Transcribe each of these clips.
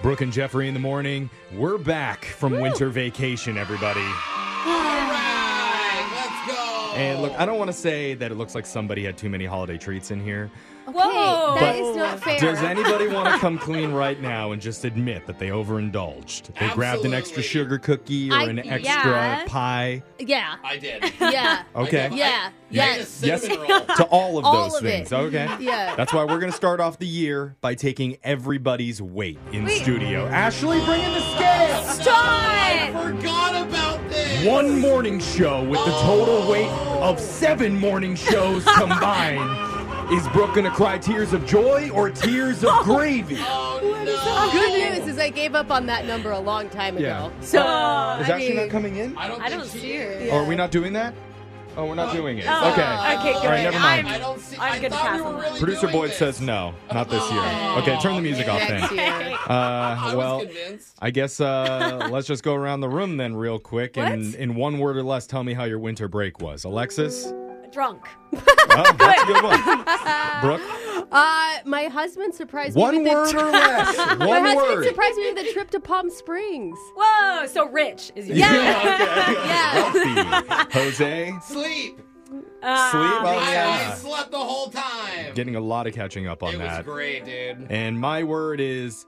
Brooke and Jeffrey in the morning. We're back from winter vacation, everybody. Let's go. And look, I don't want to say that it looks like somebody had too many holiday treats in here. Whoa. Hey, But that is not fair. Does anybody want to come clean right now and just admit that they overindulged? They grabbed an extra Absolutely. sugar cookie or I- an extra yeah. pie. yeah. I did. Yeah. Okay. I- Yeah. I had a Yes. Yes. cinnamon roll. To all of All those of it. things. Okay. Yeah. That's why we're going to start off the year by taking everybody's weight in Wait. studio. Ashley, bring in the scale. Stop! Forgot about this. One morning show with the total weight of seven morning shows combined. Is Brooke going to cry tears of joy or tears of gravy? Oh, no. Good news is I gave up on that number a long time ago. Yeah. So Is I Ashley mean, not coming in? I uh, don't, I think don't she see is. her. Oh, are we not doing that? Oh, we're not doing it. Oh, okay. Okay, good. All right, never mind. I don't see. I'm I gonna thought pass we were on that. really Producer doing Boyd this. says no, not this year. Oh. Okay, turn the music off next then. year. I Uh, well, was convinced. I guess uh, let's just go around the room then, real quick, and What? in one word or less, tell me how your winter break was. Alexis? Drunk. Oh, that's a good one. Brooke? Uh, my husband surprised One me. with word the or less. my One husband word. surprised me with a trip to Palm Springs. Whoa. So rich is your Yeah. Yeah. okay. Healthy. Jose? Sleep. Uh, Sleep? Oh, I, I yeah. slept the whole time. Getting a lot of catching up on it that. was great, dude. And my word is.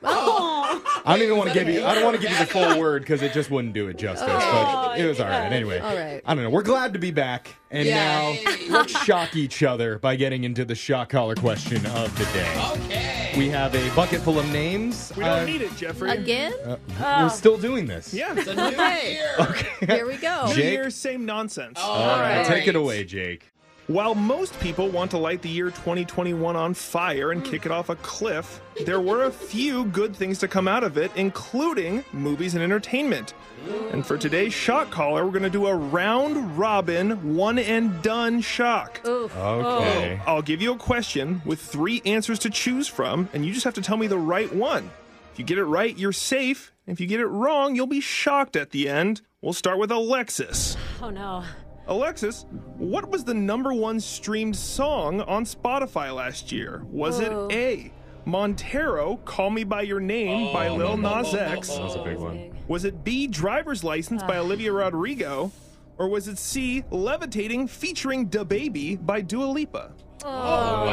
Oh. I don't even Wait, want to was that give a you. I don't word? want to give you the full word because it just wouldn't do it justice. Oh, but it was all right yeah. anyway. All right. I don't know. We're glad to be back, and Yay. now let's shock each other by getting into the shock collar question of the day. Okay. We have a bucket full of names. Uh, We don't need it, Jeffrey. Again? We're still doing this. Yeah. It's a new year. Here we go. New Jake? year, same nonsense. Oh, All right. right. Uh, Take it away, Jake. While most people want to light the year 2021 on fire and kick it off a cliff, there were a few good things to come out of it, including movies and entertainment. And for today's shock caller, we're going to do a round robin, one and done shock. Oof. Okay. I'll give you a question with three answers to choose from, and you just have to tell me the right one. If you get it right, you're safe. If you get it wrong, you'll be shocked at the end. We'll start with Alexis. Oh no. Alexis, what was the number one streamed song on Spotify last year? Was Whoa. it A, Montero, Call Me By Your Name by Lil Nas X? That was a big one. Was it B, Driver's License by Olivia Rodrigo? Or was it C, Levitating featuring Da Baby by Dua Lipa? Oh, wow.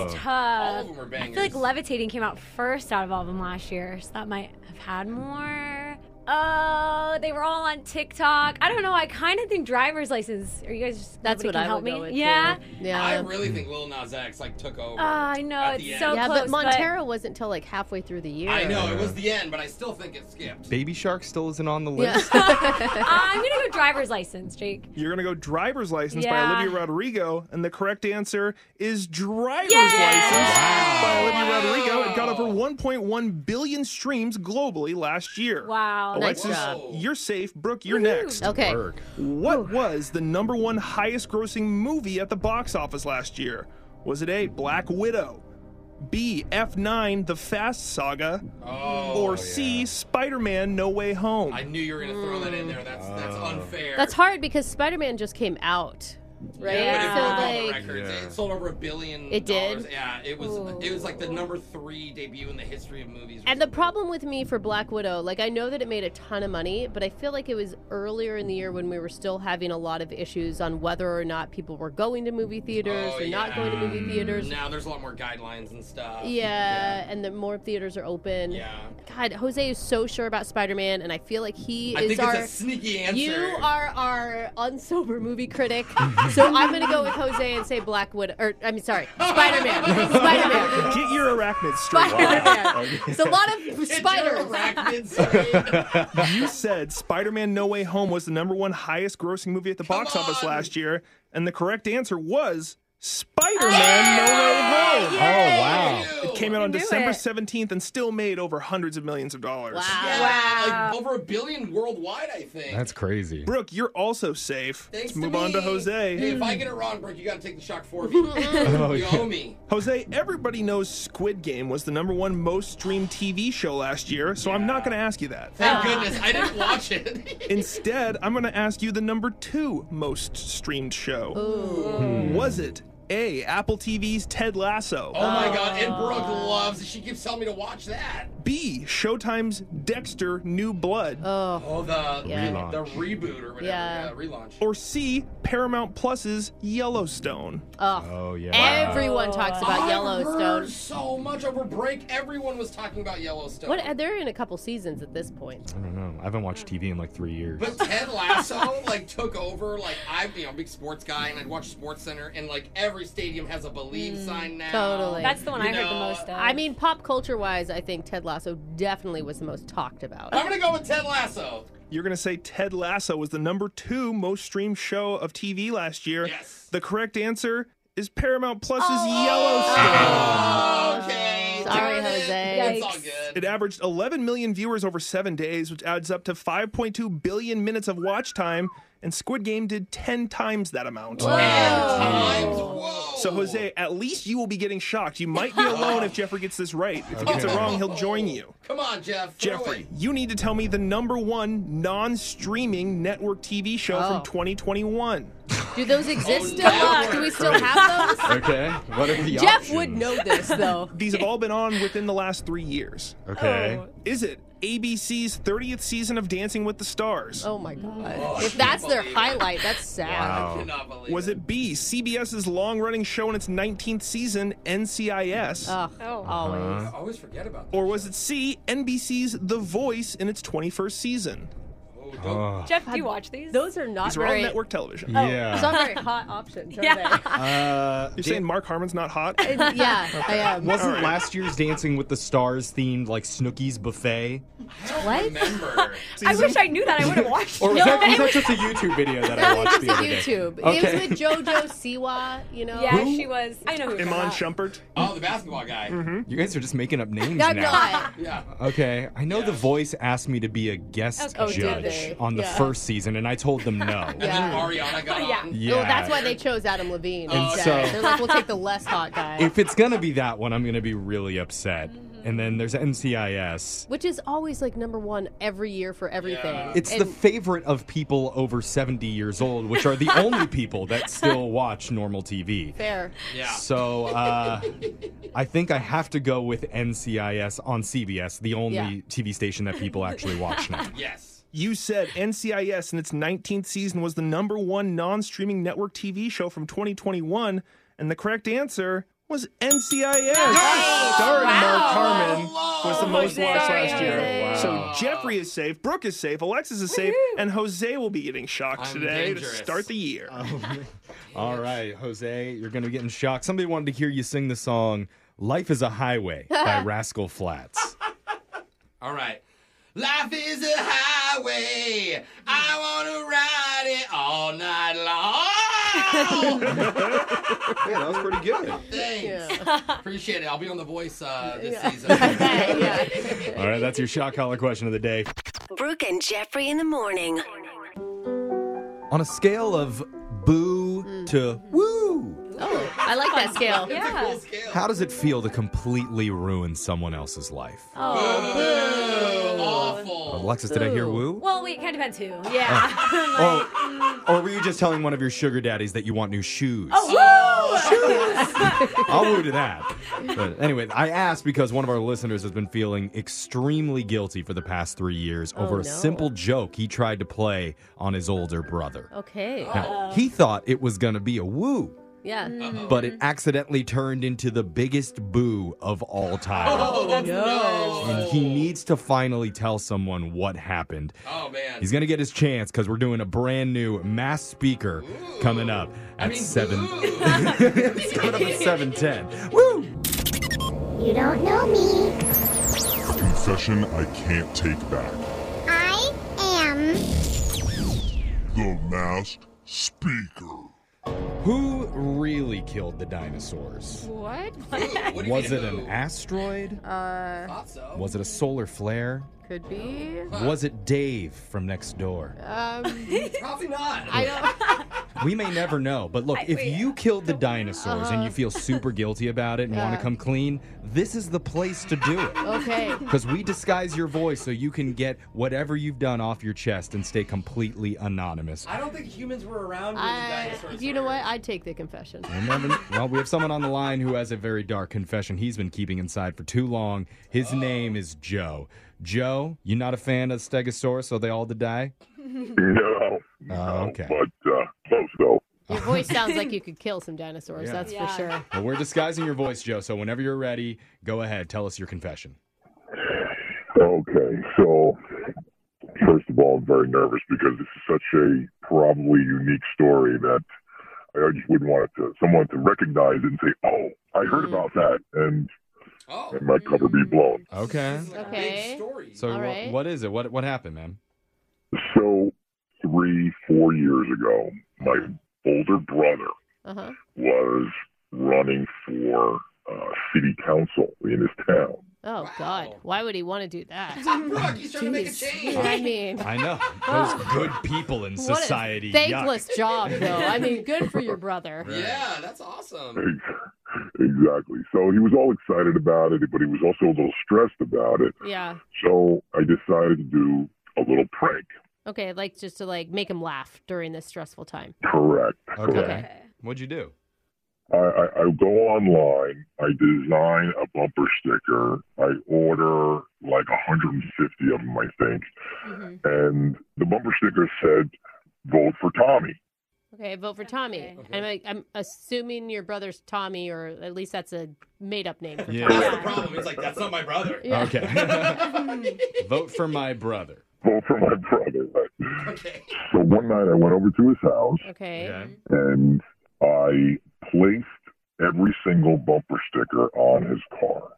that's tough. All of them were I feel like bangers. Levitating came out first out of all of them last year, so that might have had more. Oh, they were all on TikTok. I don't know. I kind of think driver's license. Are you guys just That's nobody what can I help would me? go with. yeah. too. I Yeah. Ah, really think Lil Nas X like took over. Oh, I know. At It's the so end. yeah, close. but Montero wasn't till like halfway through the year. I know it was the end, but I still think it skipped. Baby Shark still isn't on the Yeah. list. Uh, I'm gonna go driver's license, Jake. You're gonna go driver's license Yeah. by Olivia Rodrigo, and the correct answer is driver's Yay! license by Wow. Olivia Rodrigo. It got Wow. over 1.1 billion streams globally last year. Oh, Wow. Nice Alexis, job. you're safe. Brooke, you're Woohoo. next. okay. Work. What was the number one highest grossing movie at the box office last year? Was it A, Black Widow, B, F9, The Fast Saga, Oh, or C, Spider Man, No Way Home? I knew you were gonna throw that in there. That's that's unfair. That's hard because Spider Man just came out, right? Yeah. But So it broke all the like, records. Yeah. It sold over a billion. It did? dollars. Yeah, it was. It was like the number three debut in the history of movies. or and the something. problem with me for Black Widow, like I know that it made a ton of money, but I feel like it was earlier in the year when we were still having a lot of issues on whether or not people were going to movie theaters Oh, or not yeah. Mm, going to movie theaters. now there's a lot more guidelines and stuff. Yeah, and that more theaters are open. Yeah. God, Jose is so sure about Spider Man, and I feel like he I is think our. it's a sneaky answer. You are our unsober movie critic, so I'm gonna go with Jose and say Black Widow. Or I mean, sorry, Spider Man. Spider Man. Get your arachnids straight. Spider Man. It's a lot of It's spiders. your arachnid scream. You said Spider Man No Way Home was the number one highest grossing movie at the box office on. last year, and the correct answer was Spider Man No Way Home. Oh wow. It came out on I knew December it. 17th and still made over hundreds of millions of dollars. Wow. Yeah, like over a billion worldwide, I think. That's crazy. Brooke, you're also safe. Thanks Let's move on me. to Jose. Oh, Hey, Hmm. if I get it wrong, Brooke, you gotta take the shock for me. you owe me. Jose, everybody knows Squid Game was the number one most streamed TV show last year, so I'm not going to ask you that. Thank goodness I didn't watch it. Instead, I'm going to ask you the number two most streamed show. Was it A. Apple TV's Ted Lasso. Oh my god, and Brooke loves it. She keeps telling me to watch that. B. Showtime's Dexter New Blood. Oh, the Yeah. re- the reboot or whatever. Yeah. Yeah, relaunch. or C. Paramount Plus's Yellowstone. Oh yeah. Everyone talks about I Yellowstone. heard so much over break. Everyone was talking about Yellowstone. What? uh, They're in a couple seasons at this point. I don't know. I haven't watched TV in like three years. But Ted Lasso like took over. Like I'm, you know, a big sports guy, and I'd watch Sports Center, and like every stadium has a "Believe" sign now. Hmm. totally. That's the one You I heard the know, most of. I mean, pop culture wise, I think Ted Lasso definitely was the most talked about. I'm gonna go with Ted Lasso. You're going to say Ted Lasso was the number two most streamed show of TV last year. Yes. The correct answer is Paramount Plus's Yellowstone. okay. Sorry, darn it. Jose. It's all Yikes. good. It averaged 11 million viewers over seven days, which adds up to 5.2 billion minutes of watch time, and Squid Game did 10 times that amount. Oh. Times. Whoa. So, Jose, at least you will be getting shocked. You might be alone if Jeffrey gets this right. If he gets it Okay. wrong, he'll join you. come on, Jeff. throw Jeffrey, it. you need to tell me the number one non streaming network TV show Oh. from 2021. Do those exist Oh, still? Lord. Do we still have those? okay. What are the Jeff options? would know this though. These have all been on within the last three years. Okay. Is it ABC's 30th season of Dancing with the Stars? Oh my god. I if that's can't their believe it. highlight, that's sad. I Wow. cannot believe Was it B, CBS's long running show in its 19th season, NCIS? Ugh, Oh. Uh-huh. always. I always forget about that. or was it C, NBC's The Voice in its 21st season? Oh, don't- Jeff, do you watch these? Those are not These are all very. network television. Oh. Yeah. It's not very hot options, are Yeah. Uh, You're Dan- saying Mark Harmon's not hot? they? yeah, I am. wasn't All right. last year's Dancing with the Stars themed like Snooki's buffet? I don't What? remember. I wish I knew that. I would have watched Or was, it. that, was that just a YouTube video that I watched the other YouTube. day? Okay. It was with JoJo Siwa, you know? Yeah, Who? she was. I know who. you're Iman talking Shumpert? Oh, the basketball guy. You guys are just making up names I'm now. not. Yeah. Okay, I know The Voice asked me to be a guest Oh, did judge they? on the Yeah. first season, and I told them no. And then Yeah. Ariana got Yeah. on. Yeah. Well, that's why they chose Adam Levine. And instead. so- They're like, we'll take the less hot guy. If it's gonna be that one, I'm gonna be really upset. And then there's NCIS. which is always like number one every year for everything. Yeah. It's the And- favorite of people over 70 years old, which are the only people that still watch normal TV. fair. Yeah. So uh, I think I have to go with NCIS on CBS, the only Yeah. TV station that people actually watch now. Yes. You said NCIS in its 19th season was the number one non streaming network TV show from 2021, and the correct answer was NCIS. Starring Mark Harmon was the most Jose, watched last year. Jose. Wow. So Jeffrey is safe, Brooke is safe, Alexis is safe, and Jose will be getting shocked I'm today dangerous. to start the year. All right, Jose, you're going to be getting shocked. Somebody wanted to hear you sing the song Life is a Highway by Rascal Flats. All right. Life is a highway. I want to ride it all night long. Yeah, that was pretty good. Thanks. Appreciate it. I'll be on The Voice uh, this season. All right, that's your shock collar question of the day. Brooke and Jeffrey in the morning. On a scale of boo to woo, Oh, I like that scale. about. Yeah. how does it feel to completely ruin someone else's life? Awful. Alexis, did I hear woo? Well, wait, kind of depends who. Yeah. Oh, or were you just telling one of your sugar daddies that you want new shoes? I'll woo to that. But anyway, I asked because one of our listeners has been feeling extremely guilty for the past three years over a no. simple joke he tried to play on his older brother. Okay. Now, Oh. he thought it was going to be a woo, Yeah. but it accidentally turned into the biggest boo of all time. Oh, that's no. And he needs to finally tell someone what happened. Oh, man. He's gonna get his chance because we're doing a brand new mass speaker coming up at I mean, seven. boo. it's coming up at seven ten. Woo! You don't know me. Confession I can't take back. I am. The masked speaker. Who really killed the dinosaurs? What? What do you Was it mean, an boo? asteroid? Uh, I thought so. Was it a solar flare? Could be. Was it Dave from next door? Um, Probably not. I don't. We may never know, but look, if you killed the dinosaurs and you feel super guilty about it and want to come clean, this is the place to do it. Okay. Because we disguise your voice so you can get whatever you've done off your chest and stay completely anonymous. I don't think humans were around when the I, dinosaurs. do you know were. what? I'd take the confession. You never- well, we have someone on the line who has a very dark confession he's been keeping inside for too long. His name is Joe. Joe, you not a fan of Stegosaurus, so they all to die? No. Oh, okay. But uh, close though. Your voice sounds like you could kill some dinosaurs, Yeah. that's Yeah. for sure. Well, we're disguising your voice, Joe, so whenever you're ready, go ahead. Tell us your confession. Okay, so first of all, I'm very nervous because this is such a probably unique story that I just wouldn't want it to, someone to recognize it and say, "Oh, I heard about that," and, Oh, and my cover be blown. Okay. this is like a Okay. big story. So All wha- right. what is it? What what happened, man? So, three, four years ago, my older brother Uh huh. was running for uh, city council in his town. Oh, Wow. God. Why would he want to do that? Brooke, he's trying to make a change. I mean, I know. Those good people in what a society. thankless job, though. I mean, good for your brother. Yeah, that's awesome. Exactly. So he was all excited about it, but he was also a little stressed about it. Yeah. So I decided to do a little prank. Okay, like just to like make him laugh during this stressful time. Correct. Yuck. Okay. Correct. Okay. What'd you do? I, I, I go online. I design a bumper sticker. I order like 150 of them, I think. Mhm. And the bumper sticker said, "Vote for Tommy." Okay, vote for Tommy. Okay. I'm like, I'm assuming your brother's Tommy, or at least that's a made up name. For Yeah. Tommy. That's the problem. It's like that's not my brother. Yeah. Okay. Vote for my brother. Vote for my brother. Okay. So one night I went over to his house Okay. Okay. and I placed every single bumper sticker on his car.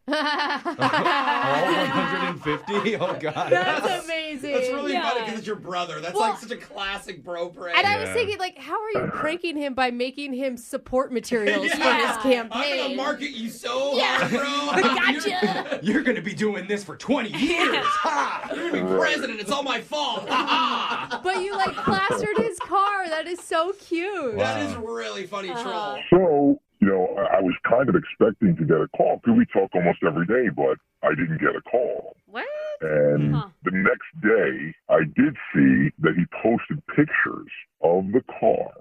All 150? Oh, God. That's amazing. That's really Yeah. funny because it's your brother. That's Well- like such a classic bro prank. And I was Yeah. thinking, like, how are you pranking him by making him support materials for his Yeah. I'm gonna campaign? market you so hard, bro. gotcha. You're going to be doing this for 20 years. Ha! You're, you're gonna be president. It's all my fault. Ha But you like plastered his car. That is so cute. ha. Wow. That is a really funny troll. Uh-huh. So, you know, I, I was kind of expecting to get a call because we talk almost every day, but I didn't get a call. What? And Huh. the next day, I did see that he posted pictures of the car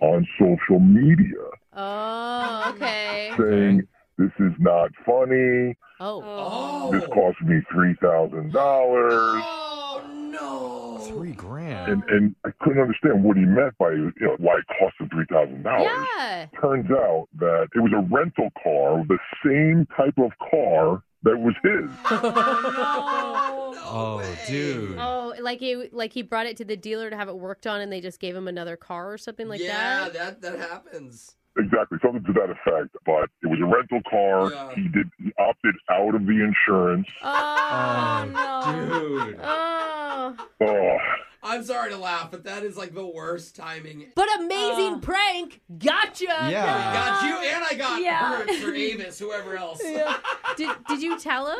on social media Oh, okay. saying, This is not funny. Oh, Oh. This cost me $3,000. Oh no. Three grand. And, and I couldn't understand what he meant by you know, why it cost him $3,000. yeah. Turns out that it was a rental car, the same type of car that was his. No Oh, way. dude. Oh, like he like he brought it to the dealer to have it worked on, and they just gave him another car or something like yeah, that. that that happens. Exactly, something to that effect. But it was a rental car. Yeah. He did he opted out of the insurance. Oh, Dude. oh. Oh, I'm sorry to laugh, but that is like the worst timing. But amazing prank. Gotcha. Yeah. Uh. Got you and I got Yeah. Hertz or Avis, whoever else. Did, did you tell him?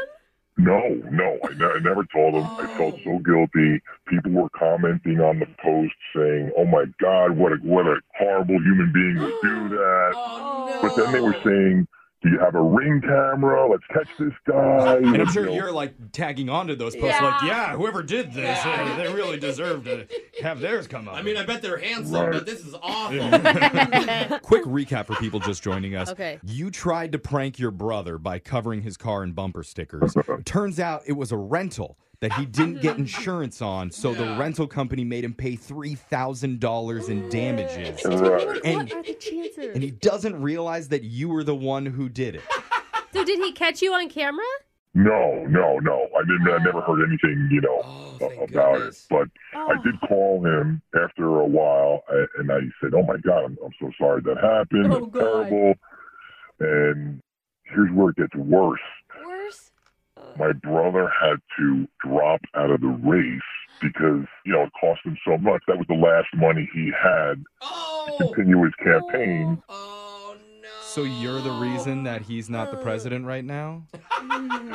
no, no, I, ne- I never told him. I Oh. felt so guilty. People were commenting on the post saying, "Oh my God, what a what a horrible human being would do that." Oh no. But then they were saying, "Do you have a ring camera? Let's catch this guy." And I'm sure You know, you're like tagging onto those posts, like, yeah, whoever did this, uh, they really deserve to have theirs come up. I mean, I bet they're handsome, Right. but this is awful. Quick recap for people just joining us. Okay. You tried to prank your brother by covering his car in bumper stickers. Turns out it was a rental that he didn't get insurance on, so the Yeah. rental company made him pay $3,000 in damages. Right. And, What are the chances? and he doesn't realize that you were the one who did it. So did he catch you on camera? No, no, no. I didn't. I never heard anything, you know, Oh, a- thank about goodness. it. But I did Oh. call him after a while, a- and I said, "Oh my God, I'm, I'm so sorry that happened. Oh, It's God. terrible." And here's where it gets worse. Worse? My brother had to drop out of the race because you know it cost him so much. That was the last money he had to Oh. continue his campaign. Oh no. So you're the reason that he's not Oh. the president right now?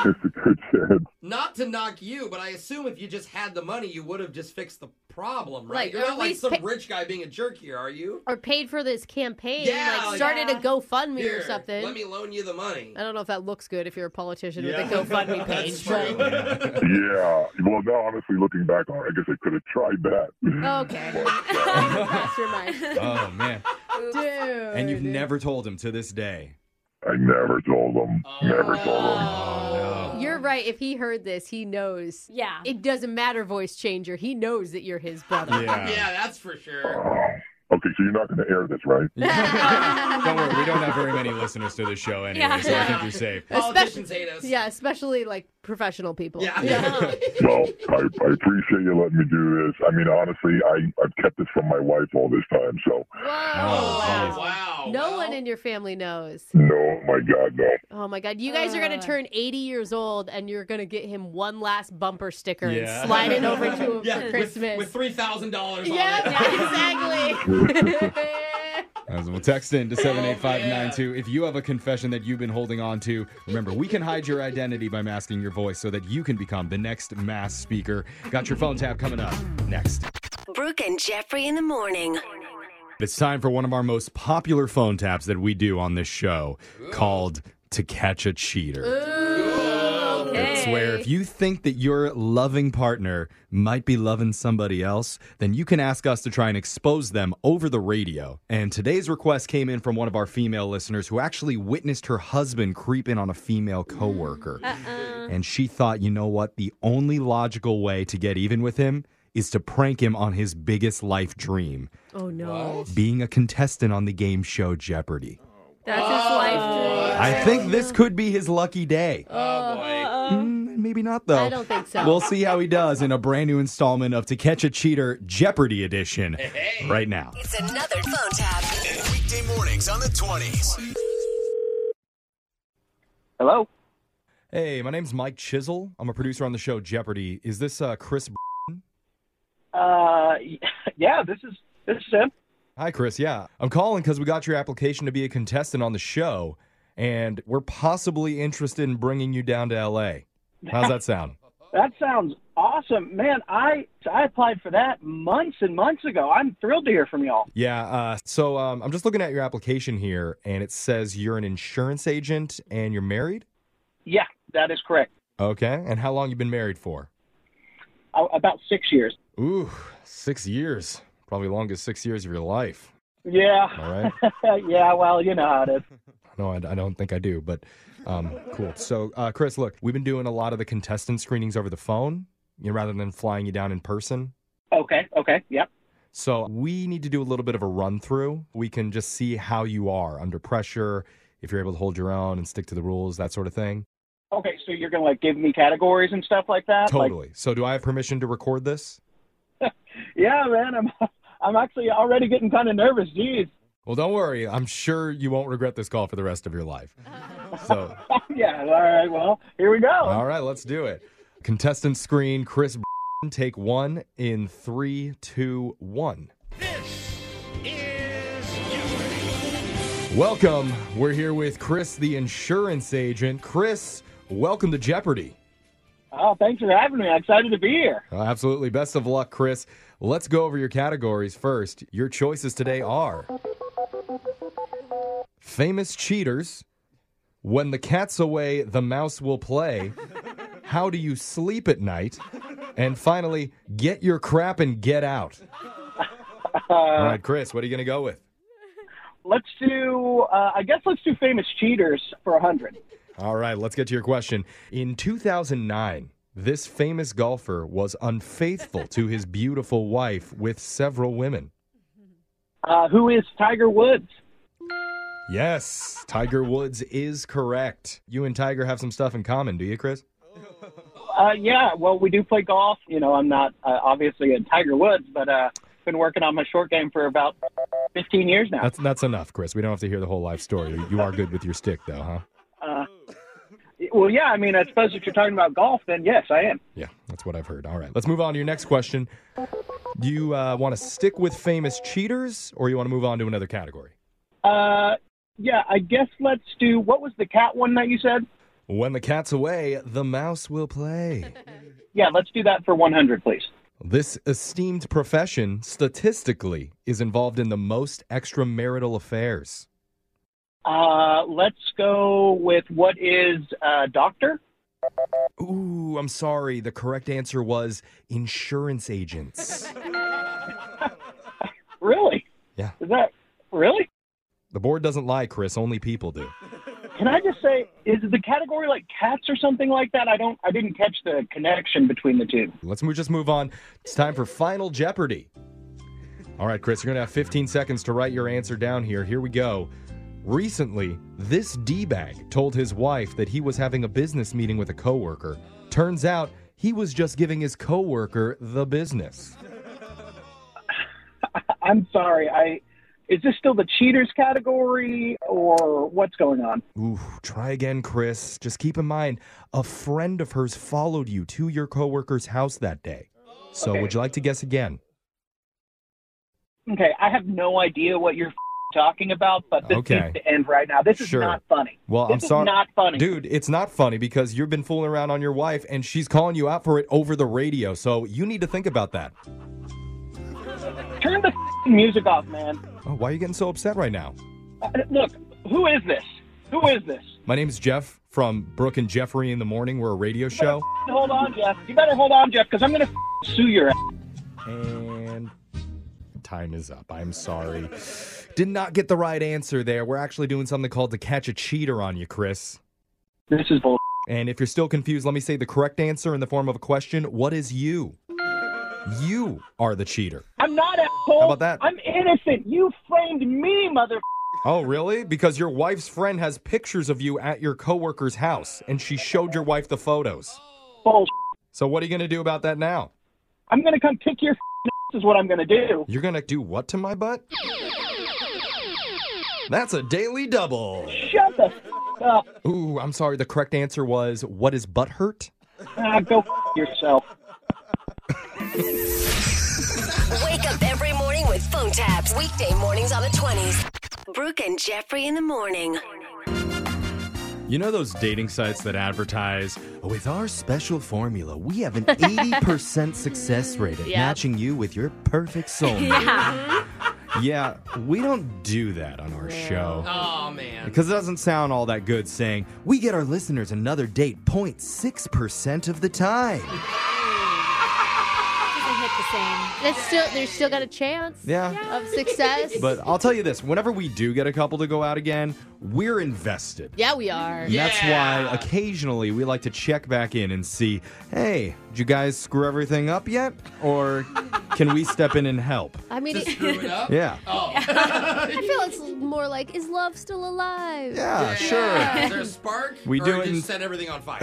There's a good chance. Not to knock you, but I assume if you just had the money, you would have just fixed the problem, right? Like, or You're not at like least some pay- rich guy being a jerk here, are you? Or paid for this campaign, Yeah, like like- started Yeah. a GoFundMe Here, or something. Let me loan you the money. I don't know if that looks good if you're a politician Yeah. with a GoFundMe That's page. true. but- Yeah. Well, now honestly, looking back on it, I guess I could have tried that. Okay. Cross your mind. Oh man. Dude. And you've never told him to this day. I never told them. Never told them. Oh, You're right. If he heard this, he knows. Yeah. It doesn't matter, voice changer. He knows that you're his brother. Yeah, that's for sure. Uh, Okay, so you're not going to air this, right? don't worry, we don't have very many listeners to this show anyway, Yeah. so I think you're safe. Politicians hate us. Yeah, especially like professional people. Yeah. Well, I, I appreciate you letting me do this. I mean, honestly, I, I've kept this from my wife all this time, so Whoa. Oh, Oh, wow. wow. No Well, one in your family knows. no, my God, no. Oh my God. You guys are going Uh. to turn 80 years old and you're going to get him one last bumper sticker Yeah. and slide it over to him yeah, for Christmas. With, with $3,000 on yeah, it. exactly. As we'll text in to 78592 Oh, if you have a confession that you've been holding on to. Remember, we can hide your identity by masking your voice so that you can become the next mass speaker. Got your phone tab coming up next. Brooke and Jeffrey in the morning. It's time for one of our most popular phone taps that we do on this show called To Catch a Cheater. It's where if you think that your loving partner might be loving somebody else, then you can ask us to try and expose them over the radio. And today's request came in from one of our female listeners who actually witnessed her husband creep in on a female coworker. And she thought, you know what? The only logical way to get even with him is to prank him on his biggest life dream, oh no. being a contestant on the game show Jeopardy. That's his life dream. I think this could be his lucky day. Oh, boy. Mm, maybe not though. I don't think so. We'll see how he does in a brand new installment of To Catch a Cheater Jeopardy Edition right now. It's another phone tap. Weekday mornings on the 20s. Hello? Hey, my name's Mike Chisel. I'm a producer on the show Jeopardy. Is this uh, Chris? B- Uh, yeah, this is this is him. Hi, Chris. Yeah, I'm calling because we got your application to be a contestant on the show, and we're possibly interested in bringing you down to L.A. How's that sound? That sounds awesome, man. I I applied for that months and months ago. I'm thrilled to hear from y'all. Yeah. Uh, so um, I'm just looking at your application here, and it says you're an insurance agent and you're married. Yeah, that is correct. Okay. And how long you been married for? A- Uh, about six years. Ooh, six years. Probably longest six years of your life. All Yeah, right. yeah. Well, you know how it is. no, I, I don't think I do, but um, cool. So, uh, Chris, look, we've been doing a lot of the contestant screenings over the phone you know, rather than flying you down in person. Okay, okay, yep. So, we need to do a little bit of a run through. We can just see how you are under pressure, if you're able to hold your own and stick to the rules, that sort of thing. Okay, so you're gonna like give me categories and stuff like that. Uh, Like, Totally. So, do I have permission to record this? yeah, man. I'm I'm actually already getting kind of nervous. Jeez. Well, don't worry. I'm sure you won't regret this call for the rest of your life. So, yeah. All right. Well, here we go. All right, let's do it. Contestant screen, Chris, take one in three, two, one. Welcome. We're here with Chris, the insurance agent. Chris, welcome to Jeopardy. Oh, thanks for having me. I'm excited to be here. Uh, Absolutely. Best of luck, Chris. Let's go over your categories first. Your choices today are famous cheaters, when the cat's away, the mouse will play, how do you sleep at night, and finally, get your crap and get out. Uh, All right, Chris, what are you going to go with? Let's do. Uh, I guess let's do famous cheaters for a hundred. All right, let's get to your question. In 2009, this famous golfer was unfaithful to his beautiful wife with several women. Uh, who is Tiger Woods? Yes, Tiger Woods is correct. You and Tiger have some stuff in common, do you, Chris? Uh, yeah, well, we do play golf. You know, I'm not uh, obviously a Tiger Woods, but uh, been working on my short game for about 15 years now. That's that's enough, Chris. We don't have to hear the whole life story. You are good with your stick, though, huh? well, yeah, I mean, I suppose if you're talking about golf, then yes, I am. Yeah, that's what I've heard. All right, let's move on to your next question. Do you uh, want to stick with famous cheaters, or you want to move on to another category? Uh, yeah, I guess let's do what was the cat one that you said? When the cat's away, the mouse will play. yeah, let's do that for 100, please. This esteemed profession statistically is involved in the most extramarital affairs. Uh, let's go with what is uh, doctor? Ooh, I'm sorry. The correct answer was insurance agents. really? Yeah. Is that really? The board doesn't lie, Chris. Only people do. Can I just say, is the category like cats or something like that? I don't, I didn't catch the connection between the two. Let's move, just move on. It's time for Final Jeopardy. All right, Chris, you're going to have 15 seconds to write your answer down here. Here we go. Recently, this D bag told his wife that he was having a business meeting with a coworker. Turns out he was just giving his coworker the business. I'm sorry. I is this still the cheaters category or what's going on? Ooh, try again, Chris. Just keep in mind, a friend of hers followed you to your coworker's house that day. So, Okay. would you like to guess again? Okay, I have no idea what you're talking about, but this Okay. needs to end right now. This is Sure. not funny. Well, this I'm is sorry. not funny. Dude, it's not funny because you've been fooling around on your wife and she's calling you out for it over the radio. So, you need to think about that. Turn the music off, man. Oh, why are you getting so upset right now? Uh, Look, who is this? Who is this? My name's Jeff from Brooke and Jeffrey in the Morning. We're a radio show. Hold on, Jeff. You better hold on, Jeff, because I'm going to sue your ass. And time is up. I'm sorry. Did not get the right answer there. We're actually doing something called to catch a cheater on you, Chris. This is bull. And if you're still confused, let me say the correct answer in the form of a question. What is you? You are the cheater. I'm not asshole. How about that? I'm innocent. You framed me, mother. Oh, really? Because your wife's friend has pictures of you at your coworker's house and she showed your wife the photos. Bull. So what are you going to do about that now? I'm going to come kick your ass is what I'm going to do. You're going to do what to my butt? That's a daily double. Shut the up. Ooh, I'm sorry. The correct answer was what is butt hurt? Ah, go yourself. Wake up every morning with phone taps. Weekday mornings on the 20s. Brooke and Jeffrey in the morning. You know those dating sites that advertise, "Oh, with our special formula, we have an 80% success rate at Yeah. matching you with your perfect soulmate. Yeah. yeah, we don't do that on our show. Oh man. Because it doesn't sound all that good saying, we get our listeners another date 0.6% of the time. Doesn't hit the same. That's still there's still got a chance Yeah. of success. But I'll tell you this whenever we do get a couple to go out again, we're invested. yeah, we are. And that's Yeah. why occasionally we like to check back in and see, hey, did you guys screw everything up yet? Or can we step in and help? I mean, it, Screw it up. Yeah. Oh. I feel it's more like is love still alive? Yeah, sure. Is there a spark? We or do it just in- set everything on fire.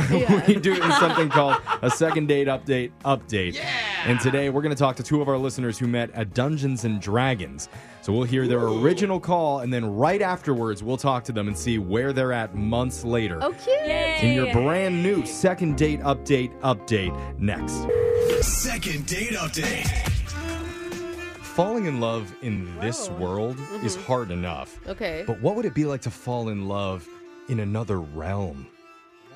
we do it in something called a second date update update. Yeah. And today we're going to talk to two of our listeners who met at Dungeons and Dragons. So we'll hear their original call, and then right afterwards we'll talk to them and see where they're at months later. Oh, cute. In your brand new second date update update next. Second date update. Falling in love in Oh. this world is Mm-hmm. hard enough. Okay. But what would it be like to fall in love in another realm?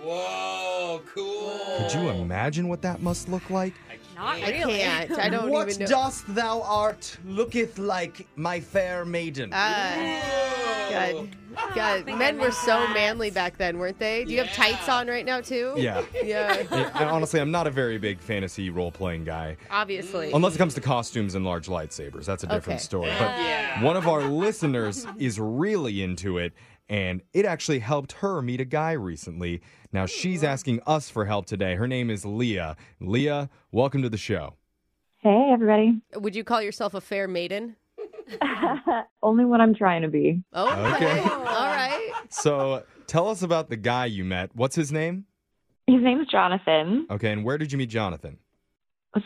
Whoa, cool. Could you Oh. um, imagine what that must look like? Not I really. can't. I don't what even know. dost thou art looketh like my fair maiden? Ah, God, God, think men I were meant so that. manly back then, weren't they? Do you have tights Yeah. on right now too? yeah. Yeah, I- I- honestly, I'm not a very big fantasy role playing guy. obviously. Unless it comes to costumes and large lightsabers. That's a different Okay. story. But Yeah. one of our listeners is really into it, and it actually helped her meet a guy recently. Now she's asking us for help today. Her name is Leah. Leah, welcome to the show. Hey, everybody. Would you call yourself a fair maiden? Only what I'm trying to be. Oh, Okay. All right. So tell us about the guy you met. What's his name? His name's Jonathan. Okay, and where did you meet Jonathan?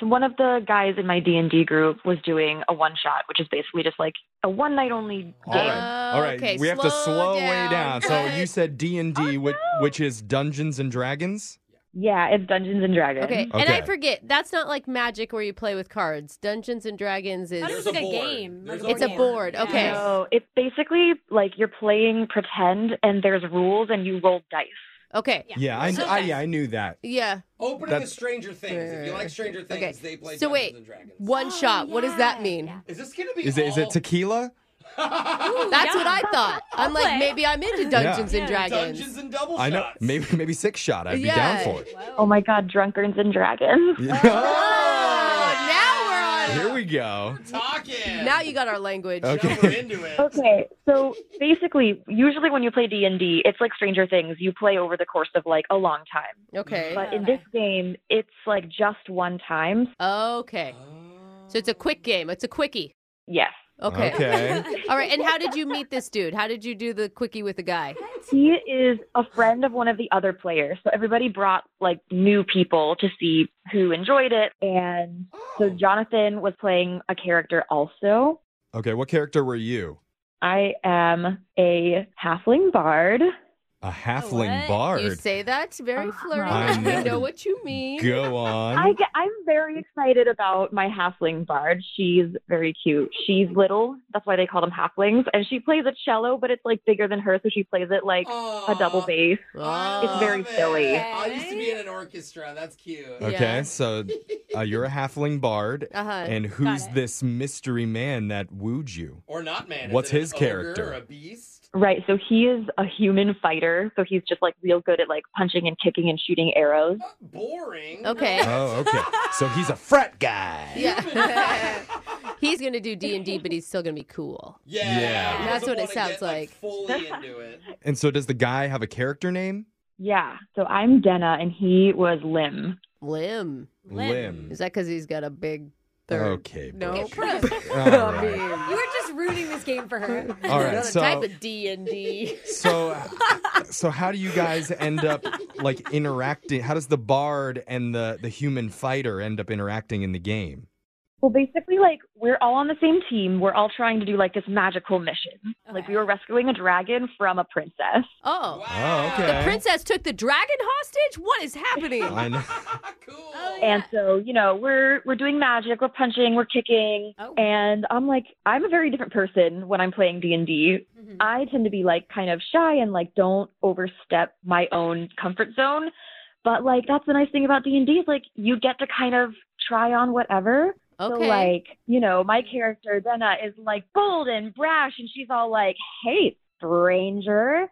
So one of the guys in my D and D group was doing a one shot, which is basically just like a one night only All game. right. All right, Uh, Okay, we have to slow slow way down. down. So you said D and D, which which is Dungeons and Dragons. Yeah, it's Dungeons and Dragons. Okay. And I forget, that's not like magic where you play with cards. Dungeons and Dragons is There's like a a board. game. There's it's a board. Okay. No, it's basically like you're playing pretend, and there's rules, and you roll dice. Okay. Yeah, I, I, yeah, I knew that. Yeah. Opening That's- is Stranger Things. If you like Stranger Things, Okay. they play So Dungeons wait, and Dragons. One shot. What does that mean? Is this gonna be Is it, is it tequila? That's what I thought. I'm like, maybe I'm into Dungeons Yeah. and Yeah. Dragons. Dungeons and Double I know. Maybe maybe six shot. I'd Yeah. be down for it. Oh my God, Drunkards and Dragons. Oh, Oh, Here we go. talking? Now you got our language. Okay. Okay, so basically, usually when you play D and D, it's like Stranger Things. You play over the course of like a long time. Okay. But in this game, it's like just one time. Okay. So it's a quick game. It's a quickie. Yes. Okay. Okay. All right. And how did you meet this dude? How did you do the quickie with the guy? He is a friend of one of the other players, so everybody brought like new people to see who enjoyed it, and so Jonathan was playing a character also. Okay, what character were you? I am a halfling bard. A halfling bard. You say that Oh, very flirty. I know. I know what you mean. Go on. I, get- I'm very excited about my halfling bard. She's very cute. She's little. That's why they call them halflings. And she plays a cello, but it's like bigger than her, so she plays it like a double bass. it's very silly. I used to be in an orchestra. That's cute. Okay, so uh, you're a halfling bard, Uh-huh. Uh, and Got who's this mystery man that wooed you? Or not, man. What's Is it his an ogre character? or a beast? Right, so he is a human fighter, so he's just like real good at like punching and kicking and shooting arrows. Uh, Boring. Okay. Oh, okay. So he's a frat guy. Yeah. he's gonna do D and D, but he's still gonna be cool. Yeah. Yeah. That's what it sounds like. Fully into it. And so does the guy have a character name? Yeah, so I'm Denna, and he was Lim. Lim. Lim. Is that because he's got a big? Okay. No. All I right. mean- You were just ruining this game for her. All right, Another so- type of D and D. So, so how do you guys end up like interacting? How does the bard and the the human fighter end up interacting in the game? Well, basically, like we're all on the same team. We're all trying to do like this magical mission. Like we were rescuing a dragon from a princess. Oh. Oh, okay. The princess took the dragon hostage. What is happening? I know. Oh, Oh, And so, you know, we're we're doing magic, we're punching, we're kicking, Oh. and I'm like, I'm a very different person when I'm playing D and D. Mm-hmm. I tend to be like kind of shy and like don't overstep my own comfort zone. But like that's the nice thing about D and D is like you get to kind of try on whatever. So Okay. like, you know, my character Dena is like bold and brash, and she's all like, "Hey, stranger."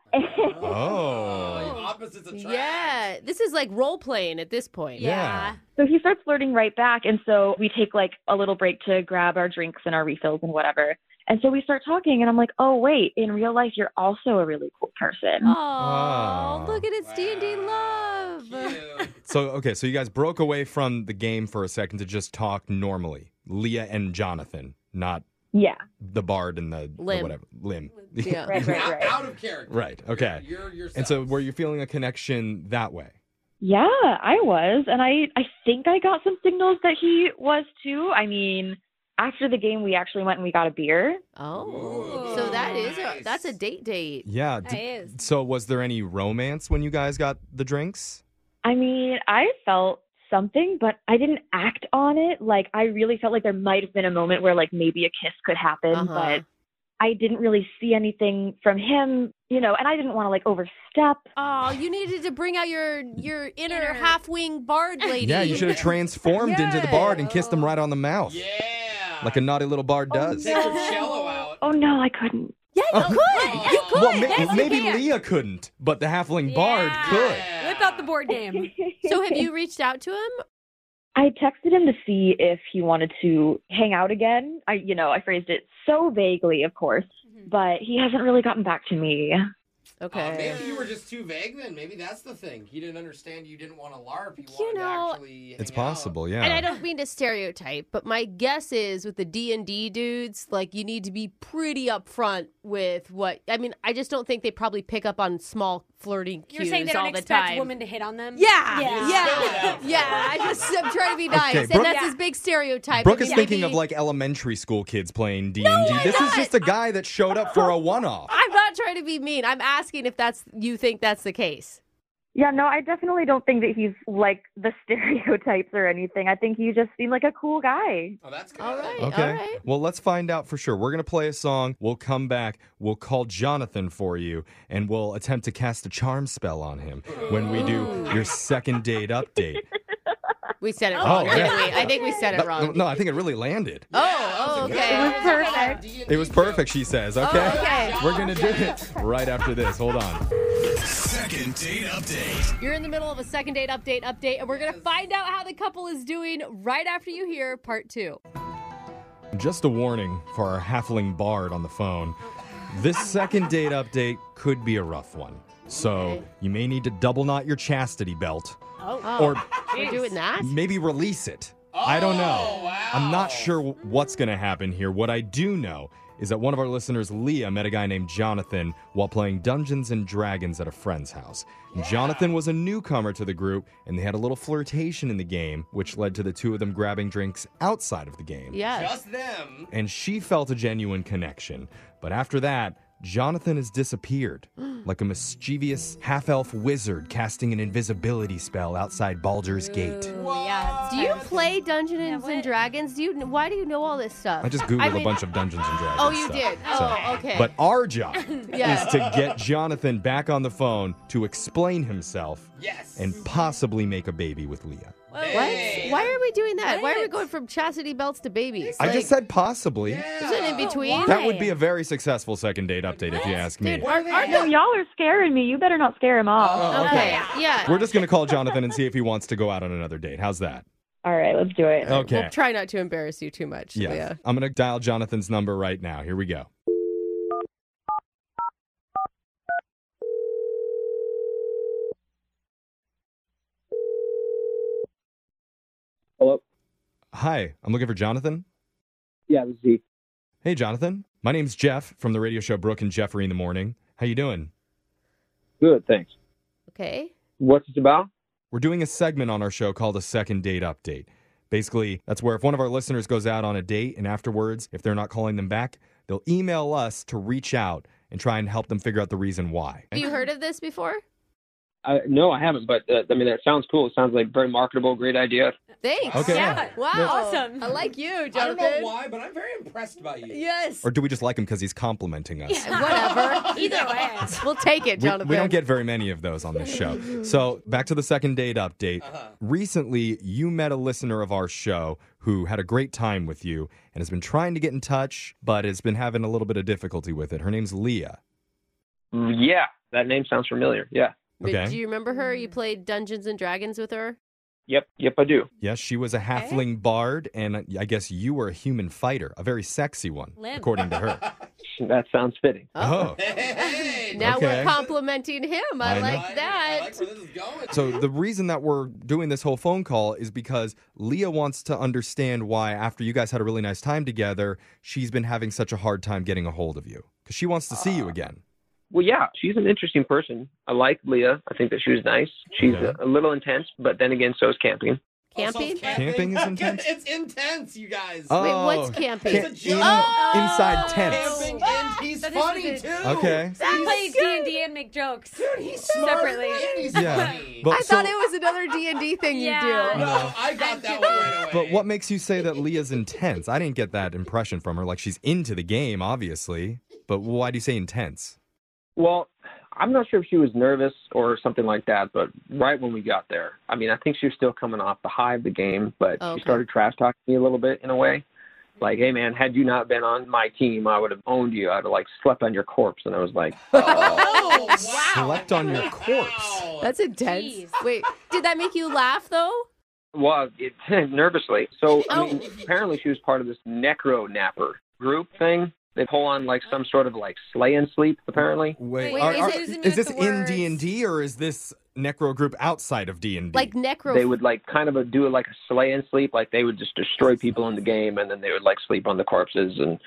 Oh. Opposites attract. Yeah, this is like role playing at this point. Yeah. So he starts flirting right back. And so we take like a little break to grab our drinks and our refills and whatever. And so we start talking, and I'm like, oh, wait, in real life, you're also a really cool person. Oh, look at it's D and D love. So okay, so you guys broke away from the game for a second to just talk normally. Leah and Jonathan, not Yeah. the bard and the, the Lim. whatever lim. Yeah. Right, right, right. Out of character. Right. Okay. You're and so were you feeling a connection that way? Yeah, I was. And I, I think I got some signals that he was too. I mean, after the game, we actually went and we got a beer. Oh, so that is a, that's a date date. Yeah. That d- is. So was there any romance when you guys got the drinks? I mean, I felt something, but I didn't act on it. Like, I really felt like there might have been a moment where, like, maybe a kiss could happen, Uh-huh. but I didn't really see anything from him, you know, and I didn't want to, like, overstep. Oh, you needed to bring out your your inner, half wing bard lady. Yeah, you should have transformed into the bard and kissed him right on the mouth. Yeah. Like a naughty little bard does. Oh, no, I couldn't. Yeah, you could. You Well, ma- maybe Leah couldn't, but the halfling bard could. Whip out the board Mm-hmm. game. so have you reached out to him? I texted him to see if he wanted to hang out again. I, you know, I phrased it so vaguely, of course, but he hasn't really gotten back to me. Oh, Uh, maybe you were just too vague then. Maybe that's the thing. He didn't understand you didn't want to LARP. You, wanted to actually. It's possible, yeah. And I don't mean to stereotype, but my guess is with the D and D dudes, like you need to be pretty upfront with what. I mean, I just don't think they probably pick up on small flirting You're cues saying they all don't the expect time. women to hit on them? Yeah, Yeah. yeah, yeah. I just I'm trying to be Okay, nice, Brooke- and that's his big stereotype. Brooke I mean, is thinking maybe- of like elementary school kids playing D and D. This is just a guy that showed up for a one-off. I'm not trying to be mean. I'm asking if that's you think that's the case. Yeah, no, I definitely don't think that he's like the stereotypes or anything. I think he just seemed like a cool guy. Oh, that's good. All right. Okay. Well, let's find out for sure. We're going to play a song. We'll come back. We'll call Jonathan for you, and we'll attempt to cast a charm spell on him when we do your second date update. We said it Oh, wrong, yeah. didn't we? I think we said it That- wrong. No, I think it really landed. Oh, oh, okay. It was perfect, she says. Okay. Oh, okay. We're going to do it right after this. Hold on. Second date update. You're in the middle of a second date update update, and we're going to find out how the couple is doing right after you hear part two. Just a warning for our halfling bard on the phone. This second date update could be a rough one. So you may need to double knot your chastity belt. Oh, Or- we're doing that? Maybe release it. I don't know. I'm not sure wh- what's going to happen here. What I do know is that one of our listeners, Leah, met a guy named Jonathan while playing Dungeons and Dragons at a friend's house. Jonathan was a newcomer to the group, and they had a little flirtation in the game, which led to the two of them grabbing drinks outside of the game. Yeah. Just them. And she felt a genuine connection. But after that, Jonathan has disappeared, like a mischievous half elf wizard casting an invisibility spell outside Baldur's Gate. Yeah. Do you play Dungeons and Dragons? Do you? Why do you know all this stuff? I just googled mean- a bunch of Dungeons and Dragons. Oh, you stuff. did. Oh, okay. But our job Yeah. is to get Jonathan back on the phone to explain himself. Yes. And possibly make a baby with Leah. What? Why are we doing that? Why are we going from chastity belts to babies? I just said possibly. There's an in between. That would be a very successful second date update if you ask me. Dude, our, our, no, y'all are scaring me. You better not scare him off. Oh, okay. Yeah. We're just going to call Jonathan and see if he wants to go out on another date. How's that? All right, let's do it. Okay. We'll try not to embarrass you too much. yeah. Leah. I'm going to dial Jonathan's number right now. Here we go. Hello. Hi, I'm looking for Jonathan. Yeah, this is he. Hey, Jonathan. My name's Jeff from the radio show Brooke and Jeffrey in the Morning. How you doing? Good, thanks. Okay. What's it about? We're doing a segment on our show called a second date update. Basically, that's where if one of our listeners goes out on a date and afterwards, if they're not calling them back, they'll email us to reach out and try and help them figure out the reason why. Have you heard of this before? Uh, no, I haven't. But uh, I mean, that sounds cool. It sounds like very marketable. Great idea. Thanks. Okay. Yeah. Wow. Awesome. I like you, I don't Jonathan. know why, but I'm very impressed by you. Yes. Or do we just like him because he's complimenting us? Whatever. Either way. We'll take it, We, Jonathan. we don't get very many of those on this show. So, back to the second date update. Uh-huh. Recently, you met a listener of our show who had a great time with you and has been trying to get in touch, but has been having a little bit of difficulty with it. Her name's Leah. Yeah, that name sounds familiar. Yeah. Okay. Do you remember her? You played Dungeons and Dragons with her? Yep. Yep, I do. Yes, she was a halfling bard, and I guess you were a human fighter, a very sexy one, Limp. according to her. That sounds fitting. Oh. Now Okay. we're complimenting him. I, I know. like that. So the reason that we're doing this whole phone call is because Leah wants to understand why, after you guys had a really nice time together, she's been having such a hard time getting a hold of you because she wants to see you again. Well, yeah, she's an interesting person. I like Leah. I think that she was nice. She's Okay. a, a little intense, but then again, so is camping. Camping? Camping is intense? it's intense, you guys. Wait, what's Oh. camping? It's a joke. In- Oh! inside tents. Camping, and he's That is funny what too. it- Okay. Stop playing D and D and make jokes. Dude, he's separately. Yeah, I but thought so, it was another D&D thing you do. No, I got that one right away. but what makes you say that Leah's intense? I didn't get that impression from her. Like she's into the game, obviously, but why do you say intense? Well, I'm not sure if she was nervous or something like that, but right when we got there, I mean, I think she was still coming off the high of the game, but Okay. she started trash talking me a little bit in a way. Like, hey, man, had you not been on my team, I would have owned you. I would have, like, slept on your corpse. And I was like, Slept on your corpse. That's intense. Wait, did that make you laugh though? well, it, nervously. So I mean, apparently she was part of this necro napper group thing. They pull on, like, some sort of, like, slay and sleep, apparently. Wait, Wait, are- is are- it- is, isn't it this the in words- D and D or is this necro group outside of D and D? Like necro They would like kind of a, do like a slay and sleep, like they would just destroy people in the game, and then they would like sleep on the corpses and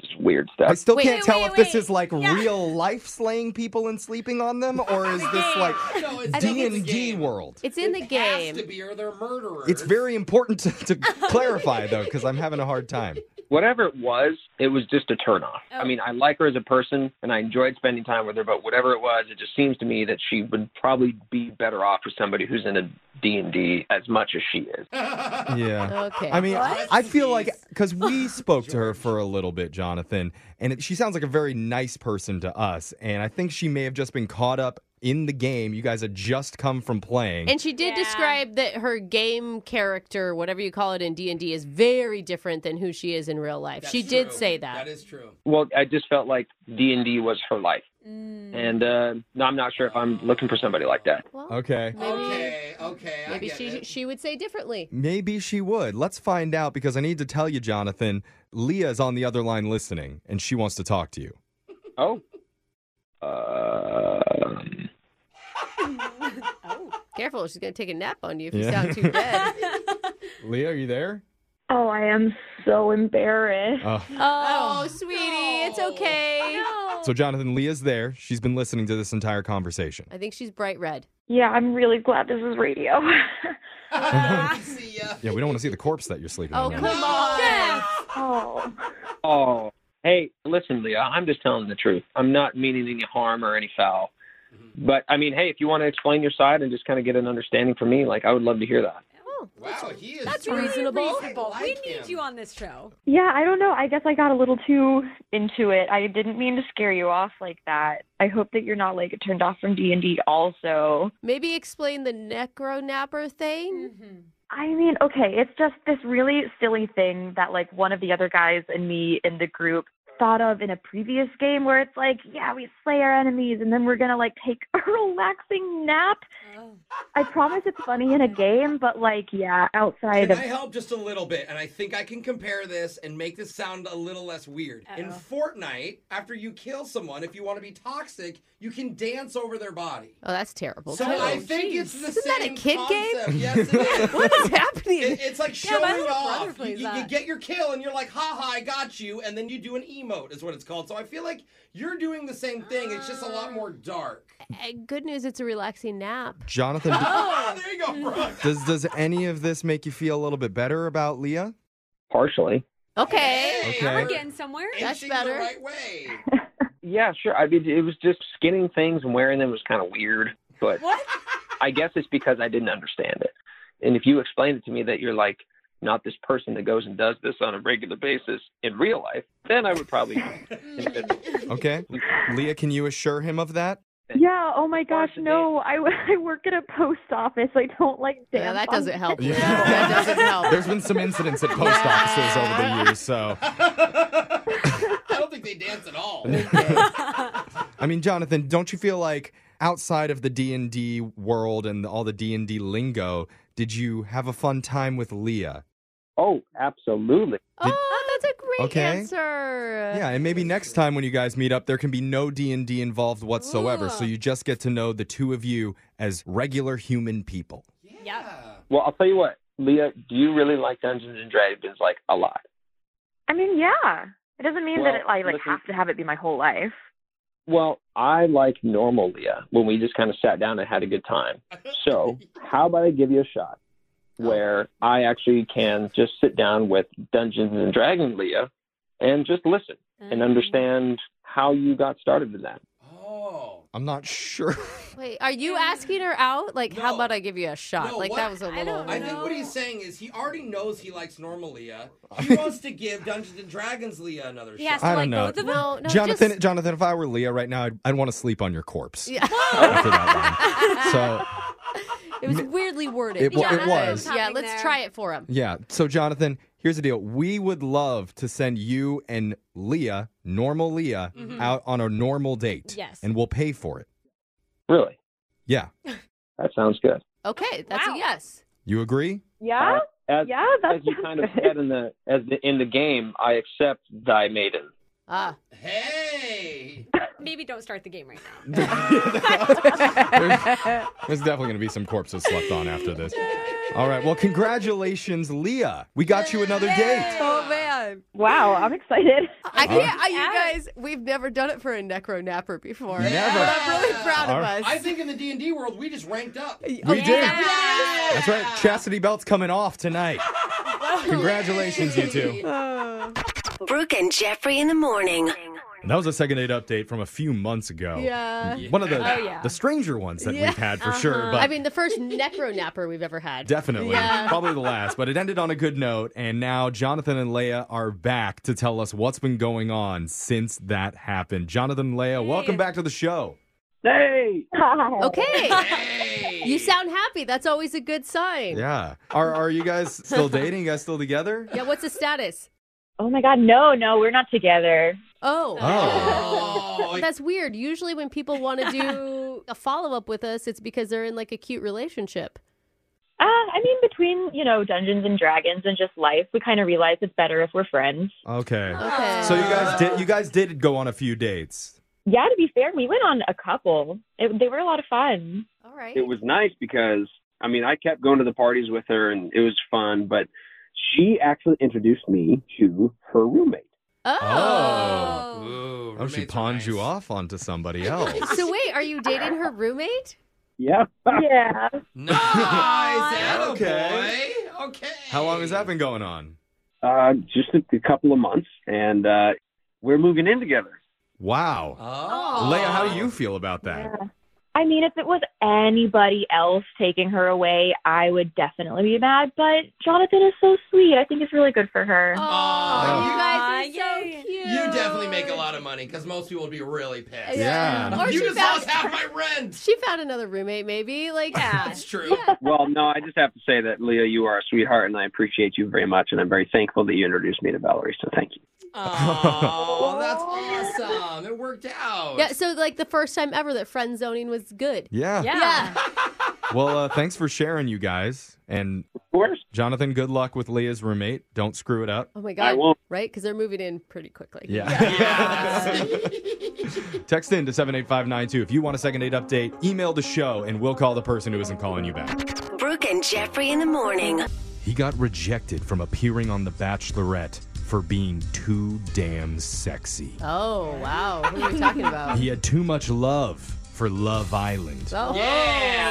just weird stuff. I still Wait, can't wait, tell wait, if this is like real life slaying people and sleeping on them, or is this like No, it's- I think D it's a and D world? It's in the game. Has to be or they're murderers. It's very important to, to clarify though, because I'm having a hard time. whatever it was, it was just a turnoff. Oh. I mean, I like her as a person and I enjoyed spending time with her, but whatever it was, it just seems to me that she would probably be better off with somebody who's in a D&D as much as she is. Yeah. Okay. I mean, I, What? I feel like because we spoke to her for a little bit, Jonathan, and it, she sounds like a very nice person to us. And I think she may have just been caught up in the game. You guys had just come from playing. And she did describe that her game character, whatever you call it in D and D, is very different than who she is in real life. she did say that. That is true. Well, I just felt like D&D was her life. Mm. And uh, no, I'm not sure if I'm looking for somebody like that. okay. okay, okay. Maybe she she would say differently. Maybe she would. Let's find out because I need to tell you, Jonathan, Leah is on the other line listening and she wants to talk to you. Oh. Uh, Careful, she's gonna take a nap on you if you Yeah. sound too dead. Leah, are you there? Oh, I am so embarrassed. Oh. Oh, sweetie, it's okay. So, Jonathan, Leah's there. She's been listening to this entire conversation. I think she's bright red. Yeah, I'm really glad this is radio. Yeah, we don't want to see the corpse that you're sleeping Oh, on. come on. Oh. Oh, hey, listen, Leah, I'm just telling the truth. I'm not meaning any harm or any foul. But I mean, hey, if you want to explain your side and just kind of get an understanding from me, like I would love to hear that. Wow, he is. That's really reasonable. reasonable. I we like need him. you on this show. Yeah, I don't know. I guess I got a little too into it. I didn't mean to scare you off like that. I hope that you're not like turned off from D&D also. Maybe explain the necro napper Mm. thing. Mm-hmm. I mean, okay, it's just this really silly thing that like one of the other guys and me in the group thought of in a previous game where it's like, yeah, we slay our enemies and then we're going to like take a relaxing nap. I promise it's funny in a game, but like, yeah, outside Can of I help just a little bit? And I think I can compare this and make this sound a little less weird. In Fortnite, after you kill someone, if you want to be toxic, you can dance over their body. Oh, that's terrible. So too. I think it's the Isn't same that a kid concept. game? Yes, it is. what is happening? It- it's like Yeah, showing my little brother off. You, plays you- you that. get your kill and you're like, ha ha, I got you. And then you do an emote, is what it's called. So I feel like you're doing the same thing. It's just a lot Ah. more dark. Uh, Good news, it's a relaxing nap. Jonathan, d- Oh. there you go, Brooke. does does any of this make you feel a little bit better about Leah? Partially. Okay. Okay. We're getting somewhere. That's better. Yeah, sure. I mean, it was just skinning things and wearing them was kind of weird, but What? I guess it's because I didn't understand it. And if you explained it to me that you're like not this person that goes and does this on a regular basis in real life, then I would probably Okay. Leah, can you assure him of that? Yeah, oh my gosh, no. I, I work at a post office. I don't like dance. Yeah, that um, on- doesn't help. Yeah. That doesn't help. There's been some incidents at post offices over the years, so I don't think they dance at all. I mean, Jonathan, don't you feel like outside of the D&D world and all the D&D lingo, did you have a fun time with Leah? Oh, absolutely. Oh, that's a great Okay. answer. Yeah, and maybe next time when you guys meet up, there can be no D&D involved whatsoever, Ah. so you just get to know the two of you as regular human people. Yeah. Well, I'll tell you what, Leah, do you really like Dungeons and Dragons like a lot? I mean, yeah. It doesn't mean Well, that it, I like listen- have to have it be my whole life. Well, I like normal Leah when we just kind of sat down and had a good time. So, how about I give you a shot where I actually can just sit down with Dungeons and Dragon Leah and just listen Uh, and understand how you got started in that? Oh. I'm not sure. Wait, are you asking her out? Like, how about I give you a shot? No, like, what- that was a little. I think what he's saying is he already knows he likes normal Leah. He wants to give Dungeons and Dragons Leah another He has shot. I don't know. No, no, Jonathan, just- Jonathan, if I were Leah right now, I'd, I'd want to sleep on your corpse. Yeah. After that one. So it was weirdly worded. It wa- Yeah, it that's what was. was Yeah, let's try it for him. Yeah. So, Jonathan, here's the deal. We would love to send you and Leah, normal Leah, Mm. Mhm. out on a normal date. Yes. And we'll pay for it. Really? Yeah. That sounds good. Okay, that's a yes. You agree? Yeah? As, yeah, as you kind of said in the as the, in the game, I accept thy maiden. Ah. Hey. Maybe don't start the game right now. There's definitely going to be some corpses slept on after this. All right. Well, congratulations, Leah. We got you another date. Oh man! Wow, I'm excited. I can't. I, you guys, we've never done it for a necro napper before. Never. But I'm really proud Our- of us. I think in the D and D world we just ranked up. Oh, We did. That's right. Chastity belt's coming off tonight. Congratulations, you two. Brooke and Jeffrey in the morning. And that was a second date update from a few months ago. Yeah. One of the Oh, yeah. the stranger ones that Yeah. we've had for sure, but I mean, the first necro napper we've ever had. definitely Yeah. probably the last. But it ended on a good note, and now Jonathan and Leia are back to tell us what's been going on since that happened. Jonathan and Leia, welcome back to the show. Hey. Okay. you sound happy. That's always a good sign. Yeah. Are are you guys still dating? You guys still together? Yeah, what's the status? Oh my God, no, no, we're not together. Oh. Oh. That's weird. Usually when people want to do a follow-up with us, it's because they're in like a cute relationship. Uh, I mean, between, you know, Dungeons and Dragons and just life, we kind of realize it's better if we're friends. Okay. Okay. So you guys did you guys did go on a few dates. Yeah, to be fair, we went on a couple. It, they were a lot of fun. All right. It was nice because I mean I kept going to the parties with her and it was fun, but she actually introduced me to her roommate. Oh. Oh, she pawned you off onto somebody else. So wait, are you dating her roommate? yeah. Yeah. Nice. Okay. Okay. How long has that been going on? Uh, just a, a couple of months, and uh, we're moving in together. Wow. Oh. Leia, how do you feel about that? I mean, if it was anybody else taking her away, I would definitely be mad. But Jonathan is so sweet. I think it's really good for her. Oh. Aw, you- guys are so cute. You definitely make a lot of money because most people would be really pissed. Yeah. Yeah. Or you she just found- lost half my rent. She found another roommate maybe. Like That's true. Well, no, I just have to say that Leah, you are a sweetheart, and I appreciate you very much, and I'm very thankful that you introduced me to Valerie. So thank you. Oh, that's awesome. It worked out. Yeah, so like the first time ever that friend zoning was good. Yeah. Yeah. Well, uh, thanks for sharing, you guys. And Jonathan, good luck with Leah's roommate. Don't screw it up. Oh my god. Right? Because they're moving in pretty quickly. Yeah. Text in to 78592 if you want a second date update. Email the show, and we'll call the person who isn't calling you back. Brooke and Jeffrey in the morning. He got rejected from appearing on The Bachelorette for being too damn sexy. Oh wow. Who are we talking about? He had too much love for Love Island. Oh.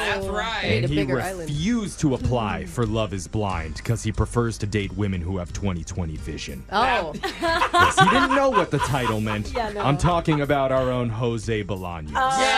Yeah, that's right. And he refused to apply for Love is Blind because he prefers to date women who have 2020 vision. Oh. Yes, he didn't know what the title meant. Yeah, no. I'm talking about our own Jose Bolaño.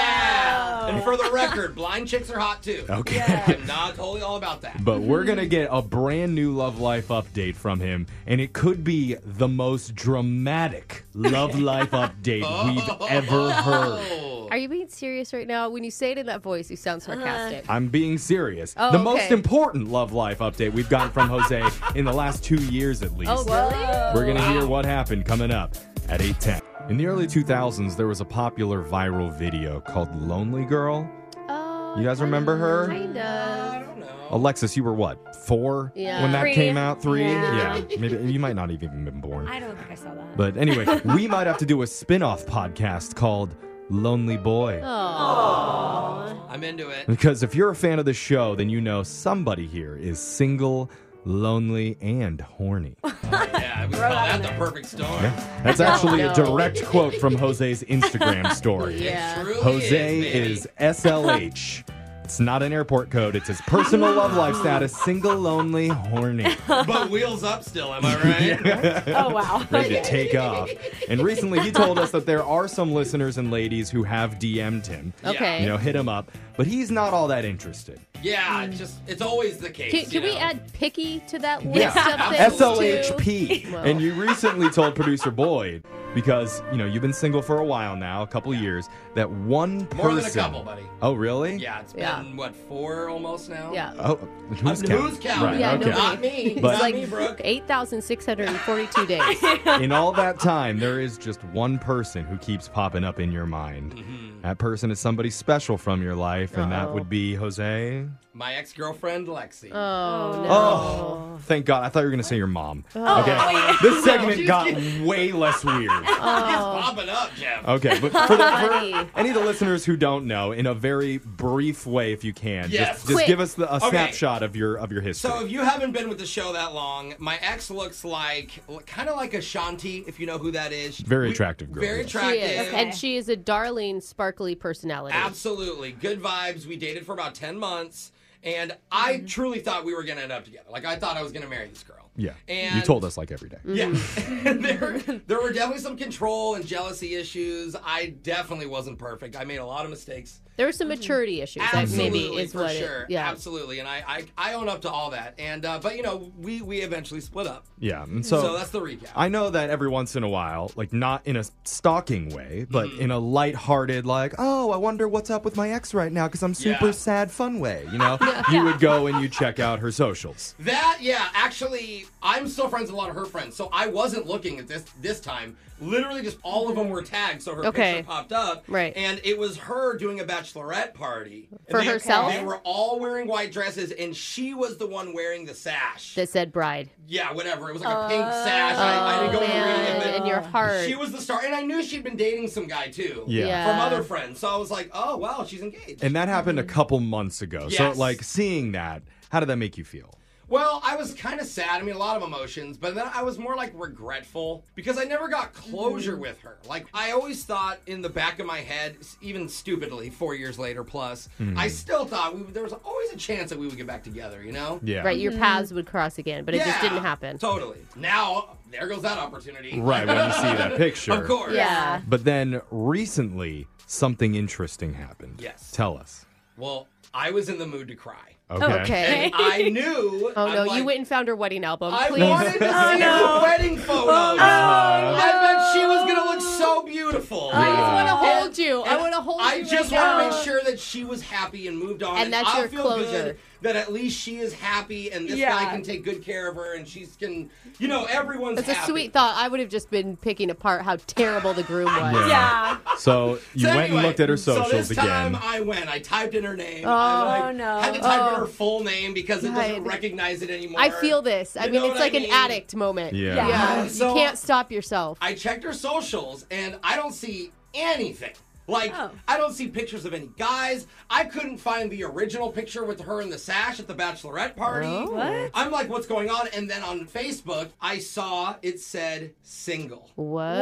Yeah. And for the record, blind chicks are hot too. Oh, Okay. I'm not totally all about that. But we're going to get a brand new Love Life update from him, and it could be the most dramatic Love Life update we've ever heard. Are you being serious right now? When you say it in that voice, you Uh-huh. sound sarcastic. I'm being serious. Oh, the okay. most important Love Life update we've gotten from Jose in the last two years at least. oh really? We're going to hear what happened coming up at 8:10. In the early 2000s, there was a popular viral video called Lonely Girl. Oh, you guys remember her? Kind of. Alexis, you were what? 4 Yeah. when that Three. came out? 3? Yeah. Maybe you might not have even been born. I don't think I saw that. But anyway, we might have to do a spin-off podcast called Lonely Boy. Oh. I'm into it. Because if you're a fan of the show, then you know somebody here is single, lonely, and horny. Yeah, we call that the perfect storm. That's actually No. a direct quote from Jose's Instagram story. Yeah. It truly Jose is, is SLH. It's not an airport code, it's his personal love life status single, lonely, horny. but wheels up still, am I right? oh, wow. Ready to take off. And recently he told us that there are some listeners and ladies who have DM'd him. Okay. You know, hit him up, but he's not all that interested. Yeah, just it's always the case. Can, you can we know? add picky to that list Yeah, of things? SLHP. too? Well, And you recently told producer Boyd because you know you've been single for a while now, a couple years, that one person. More than a couple, buddy. Oh, really? Yeah, it's been Yeah. what four almost now. Yeah. Oh, who's Uh, counting? who's counting? Right, yeah, okay. no Not way. me. It's Not like me, Brooke. 8,642 days. in all that time, there is just one person who keeps popping up in your mind. Mm-hmm. That person is somebody special from your life, and that Uh-oh. would be Jose. My ex girlfriend Lexi. Oh no. Oh, thank God. I thought you were going to say your mom. Oh. okay. Oh, yeah. This segment No. got way less weird. It's popping up, Jeff. Okay, but for, the, Funny. for any of the listeners who don't know, in a very brief way, if you can, Yes. just, just Quick. give us the, a Okay. snapshot of your of your history. So if you haven't been with the show that long, my ex looks like kind of like Ashanti, if you know who that is. very attractive girl. Very attractive. She is. And she is a darling, sparkly personality. Absolutely. Good vibes. We Mm-hmm. dated for about 10 months, and I truly thought we were going to end up together. Like, I thought I was going to marry this girl. Yeah. you And- told us like every day. Mm. Yeah. there, there were definitely some control and jealousy issues. I definitely wasn't perfect. I made a lot of mistakes. There were some maturity issues. that Mm-hmm. Absolutely, maybe is for what it- sure. yeah. Absolutely. And I, I, I own up to all that. And uh, but you know, we we eventually split up. Yeah. And so, So that's the recap. I know that every once in a while, like not in a stalking way, but Mm. in a lighthearted, like, oh, I wonder what's up with my ex right now because I'm super sad fun way. You know, you would go and you check out her socials. That yeah, actually, I'm still friends with a lot of her friends, so I wasn't looking at this this time. Literally, just all of them were tagged, so her Okay. picture popped up. Right. and it was her doing a bachelorette party And For they- herself? They were all wearing white dresses, and she was the one wearing the sash. that said bride. Yeah, whatever. It was like a pink sash. I, I didn't go into reading it, but Oh, in your heart. she was the star, and I knew she'd been dating some guy too. Yeah. Yeah. from other friends. So I was like, oh wow, she's engaged. And that happened a couple months ago. So, Mm-hmm. Yes. like, seeing that, how did that make you feel? Well, I was kind of sad. I mean, a lot of emotions, but then I was more like regretful because I never got Mm-hmm. closure with her. Like, I always thought in the back of my head, s- even stupidly, four years later plus, Mhm. I still thought we, there was always a chance that we would get back together, you know? Right, your paths would cross again, but it just Mm-hmm. Yeah, didn't happen. Totally. Now, there goes that opportunity. Right, when you see that picture. of course. Yeah. But then recently, something interesting happened. Yes. Tell us. Well, I was in the mood to cry. Okay. Okay. And I knew. Oh I'm no, like, you went and found her wedding album. I please. wanted to see her wedding photos. Oh, I bet she was gonna look so beautiful. I just wanna hold you. I And wanna hold I you right just want now. to make sure that she was happy and moved on. And that's I your feel closure. Good that at least she is happy and this Yeah. guy can take good care of her and she's can, you know, everyone's That's a happy. sweet thought. I would have just been picking apart how terrible the groom was. So you So went anyway, and looked at her so socials this time again. I went. I typed in her name. Oh, I like, no. Had to type Oh. in her full name because it doesn't God. recognize it anymore. I feel this. I You mean, know it's what I like an mean? addict moment. Yeah. yeah. Yeah. you So- can't stop yourself. I checked her socials and I don't see anything. Like, Oh. I don't see pictures of any guys. I couldn't find the original picture with her in the sash at the bachelorette party. Oh. What? I'm like, what's going on? And then on Facebook, I saw it said single. What? And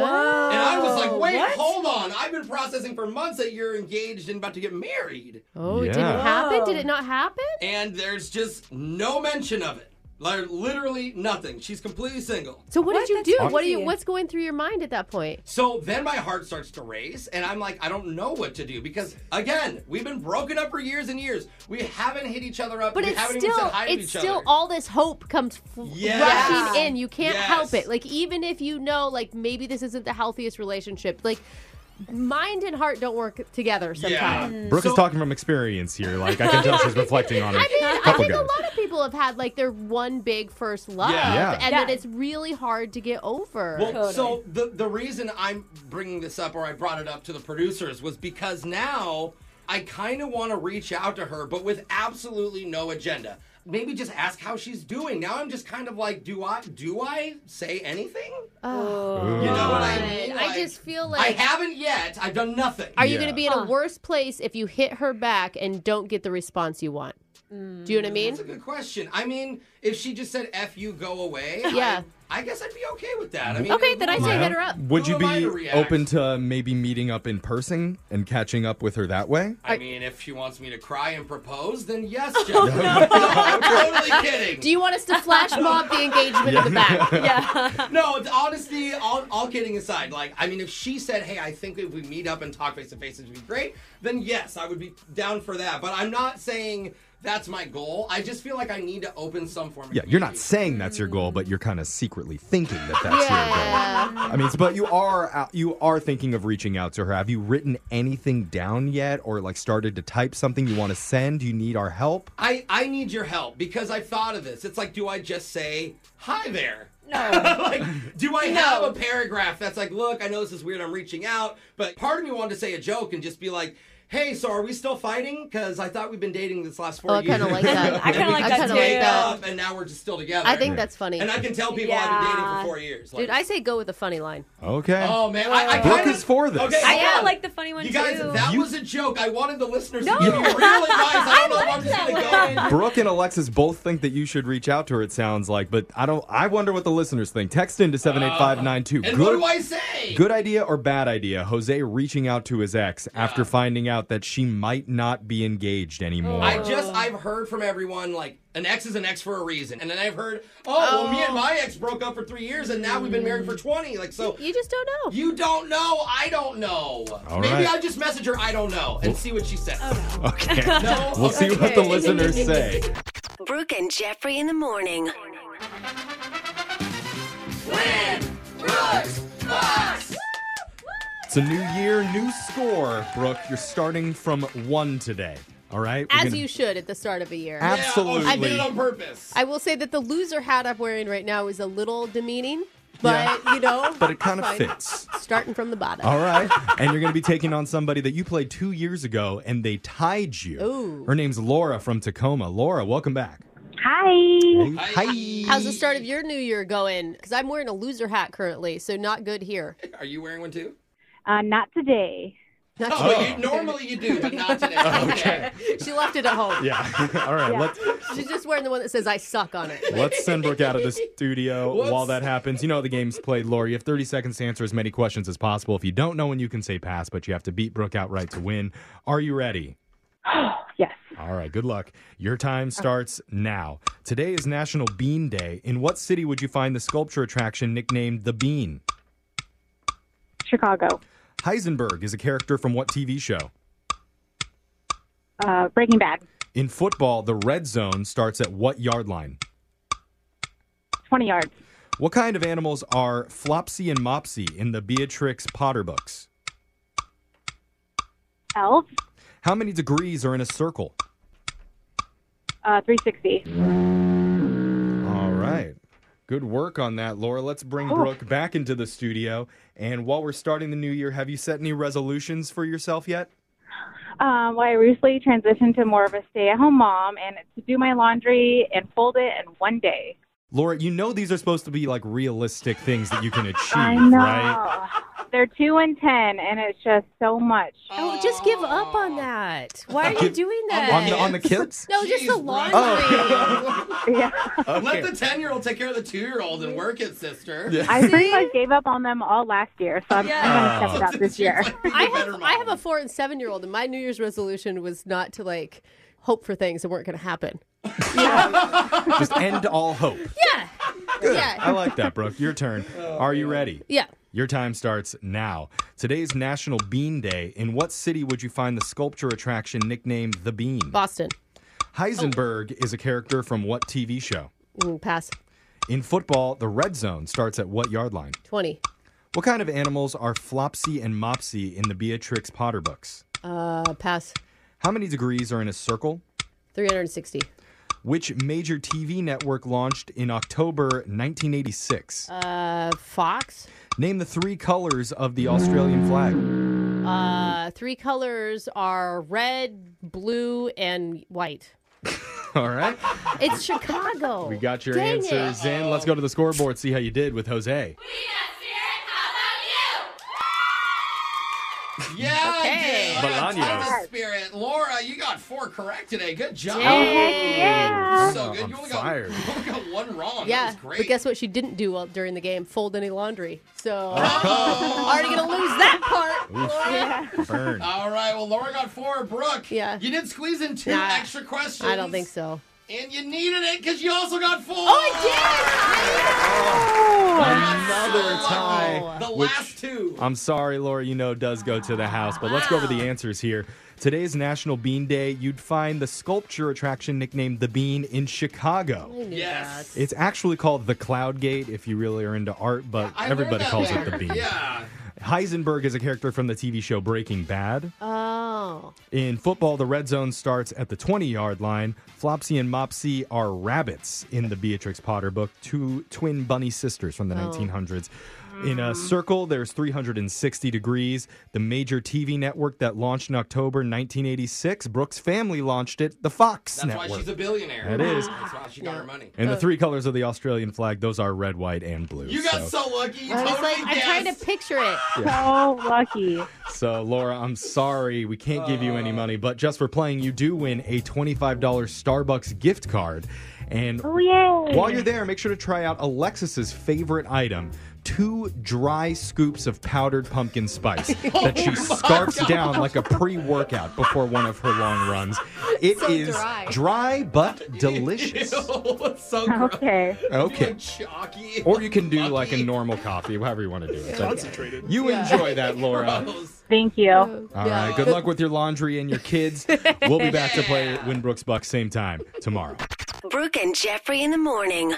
I was like, wait, What? hold on. I've been processing for months that you're engaged and about to get married. Oh, it didn't happen? Did it not happen? And there's just no mention of it. Like, literally nothing. She's completely single. So what, did you do? That's What do you crazy. what's going through your mind at that point? So then my heart starts to race, and I'm like, I don't know what to do because, again, we've been broken up for years and years. We haven't hit each other up. But we it's haven't even still said hi to it's each still other. all this hope comes f- Yes. rushing in. You can't Yes. help it. Like even if you know like maybe this isn't the healthiest relationship, like mind and heart don't work together sometimes. Mm. Brooke is talking from experience here. Like I can tell she's reflecting on it. I mean, I couple think a guys. lot of people have had like their one big first love, Yeah. Yeah. and Yeah. that it's really hard to get over. Well, so the the reason I'm bringing this up, or I brought it up to the producers, was because now I kind of want to reach out to her, but with absolutely no agenda. Maybe just ask how she's doing. Now I'm just kind of like, do I do I say anything? Oh, You know what I God. mean? I Like, just feel like I haven't yet. I've done nothing. Are you going to be in a worse place if you hit her back and don't get the response you want? Do you know what I mean? That's a good question. I mean, if she just said "f you, go away," I- Yeah. I, guess I'd be okay with that. I mean, Okay, then I'd say Yeah. hit her up. Would Who you am I to be react? open to maybe meeting up in person and catching up with her that way? I mean, if she wants me to cry and propose, then yes, Jeff. no, I'm totally kidding. Oh, Do you want us to flash mob the engagement in the back? Yeah. no, it's honestly, all, all kidding aside, like, I mean, if she said, hey, I think if we meet up and talk face to face, it would be great, then yes, I would be down for that. But I'm not saying that's my goal. I just feel like I need to open some form of Yeah, you're not saying that's your goal, but you're kind of secretly thinking that that's Yeah. your goal. I mean, it's- but you are out, you are thinking of reaching out to her. Have you written anything down yet, or like started to type something you want to send? Do you need our help? I, I need your help because I've thought of this. It's like, do I just say, hi there? No. like, do I have a paragraph that's like, look, I know this is weird, I'm reaching out, but part of me wanted to say a joke and just be like, hey, so are we still fighting? Because I thought we've been dating this last four Oh, I years. kinda like that. I And kinda we like just that made too. Yeah. up, and now we're just still together. I think that's funny. And I can tell people I've been dating for four years. Dude, I say go with a funny line. Okay. Oh man, I, I Brooke kinda- is for this. Okay, I hold kinda on. like the funny one, You guys, too. that You- was a joke. I wanted the listeners No. to give you real advice. I don't know if I I'm just like gonna that go in. Brooke and Alexis both think that you should reach out to her. It sounds like, but I don't. I wonder what the listeners think. Text into seven eight five nine two. And Uh, what do I say? Good idea or bad idea? Jose reaching out to his ex after finding out out that she might not be engaged anymore. I just I've heard from everyone like an ex is an ex for a reason, and then I've heard oh, well me and my ex broke up for three years, and now we've been married for twenty. Like so, you just don't know. You don't know. I don't know. All Maybe right. I'll just message her. I don't know, and see what she says. Okay. No? We'll see what the Okay. listeners say. Brooke and Jeffrey in the morning. It's a new year, new score, Brooke. You're starting from one today. All right? We're As gonna- you should at the start of a year. Absolutely. I did it on purpose. I will say that the loser hat I'm wearing right now is a little demeaning, but you know, But it kind of fine. fits. Starting from the bottom. Um, All right. And you're going to be taking on somebody that you played two years ago and they tied you. Ooh. Her name's Laura from Tacoma. Laura, welcome back. Hi. Hi. How's the start of your new year going? Because I'm wearing a loser hat currently, so not good here. Are you wearing one too? Uh, not today. Not Oh, you, normally you do, but not today. okay. she left it at home. Yeah. All right. Yeah. Let's She's just wearing the one that says "I suck" on it. Let's send Brooke out of the studio Whoops. while that happens. You know how the game's played, Lori. You have 30 seconds to answer as many questions as possible. If you don't know when you can say pass, but you have to beat Brooke outright to win. Are you ready? yes. All right, good luck. Your time starts now. Today is National Bean Day. In what city would you find the sculpture attraction nicknamed The Bean? Chicago. Heisenberg is a character from what TV show? Uh, Breaking Bad. In football, the red zone starts at what yard line? 20 yards. What kind of animals are Flopsy and Mopsy in the Beatrix Potter books? Elves. How many degrees are in a circle? Uh, Mm-hmm. 360. All right. Good work on that, Laura. Let's bring Oh. Brooke back into the studio. And while we're starting the new year, have you set any resolutions for yourself yet? Um, well, I recently transitioned to more of a stay-at-home mom, Um, and it's to do my laundry and fold it in one day. Laura, you know these are supposed to be like realistic things that you can achieve, I know. right? They're two and ten, and it's just so much. Oh, just give up on that. Why are you Give- doing that? On the, Oh. on the kids? no, just the laundry. Let the ten-year-old take care of the two-year-old and work it, sister. I pretty much gave up on them all last year, so I'm, I'm gonna Oh. step it up this year. I have I have a four and seven year old, and my New Year's resolution was not to like hope for things that weren't going to happen. Just end all hope. Yeah. Yeah. Oh, I like that, Brooke. Your turn. Are you ready? Yeah. Your time starts now. Today's National Bean Day. In what city would you find the sculpture attraction nicknamed The Bean? Boston. Heisenberg is a character from what TV show? Mm, pass. In football, the red zone starts at what yard line? Twenty. What kind of animals are Flopsy and Mopsy in the Beatrix Potter books? Uh, pass. How many degrees are in a circle? Three hundred and sixty. Which major TV network launched in October 1986? Uh, Fox. Name the three colors of the Australian flag. Uh, three colors are red, blue, and white. All right. It's Chicago. We got your Dang it. answers in. Let's go to the scoreboard, see how you did with Jose. Yeah, Okay. I did. I got Melania. tons of spirit. Laura, you got four correct today. Good job. Dang. Yeah. So good. You I'm only got, fired. you only got one wrong. Yeah, That was but great. guess what? She didn't do well during the game. Fold any laundry. So Oh. already gonna lose that part. Laura. Burn. Oh, All right. Well, Laura got four. Brooke. Yeah. You did squeeze in two Nah, extra questions. I don't think so. And you needed it because you also got four. Oh, I Another tie. The which- last two. I'm sorry, Laura, you know, does go to the house, but let's go over the answers here. Today's National Bean Day. You'd find the sculpture attraction nicknamed The Bean in Chicago. Yes. It's actually called the Cloud Gate if you really are into art, but I learned everybody that calls it there. The Bean. Yeah. Heisenberg is a character from the TV show Breaking Bad. Oh. In football, the red zone starts at the 20 yard line. Flopsy and Mopsy are rabbits in the Beatrix Potter book, two twin bunny sisters from the Oh. 1900s. In a circle, there's 360 degrees. The major TV network that launched in October 1986, Brooks' family launched it, the Fox That's Network. why she's a billionaire. That is. That's why she got her money. And the three colors of the Australian flag, those are red, white, and blue. You got so, so, lucky. You I was totally like, I'm trying to guessed. picture it. So lucky. so, Laura, I'm sorry we can't give you any Oh. money, but just for playing, you do win a $25 Starbucks gift card. And Oh yeah. While you're there, make sure to try out Alexis's favorite item. Two dry scoops of powdered pumpkin spice that Oh she my scarfs gosh. down like a pre workout before one of her long runs. It is So dry. dry but delicious. it's so Okay. Okay. Chalky. Or you can do like a normal coffee, however you want to do it. But Concentrated. You enjoy that, Laura. Thank you. All right. Good luck with your laundry and your kids. We'll be back to play Winbrooks Bucks same time tomorrow. Brooke and Jeffrey in the morning.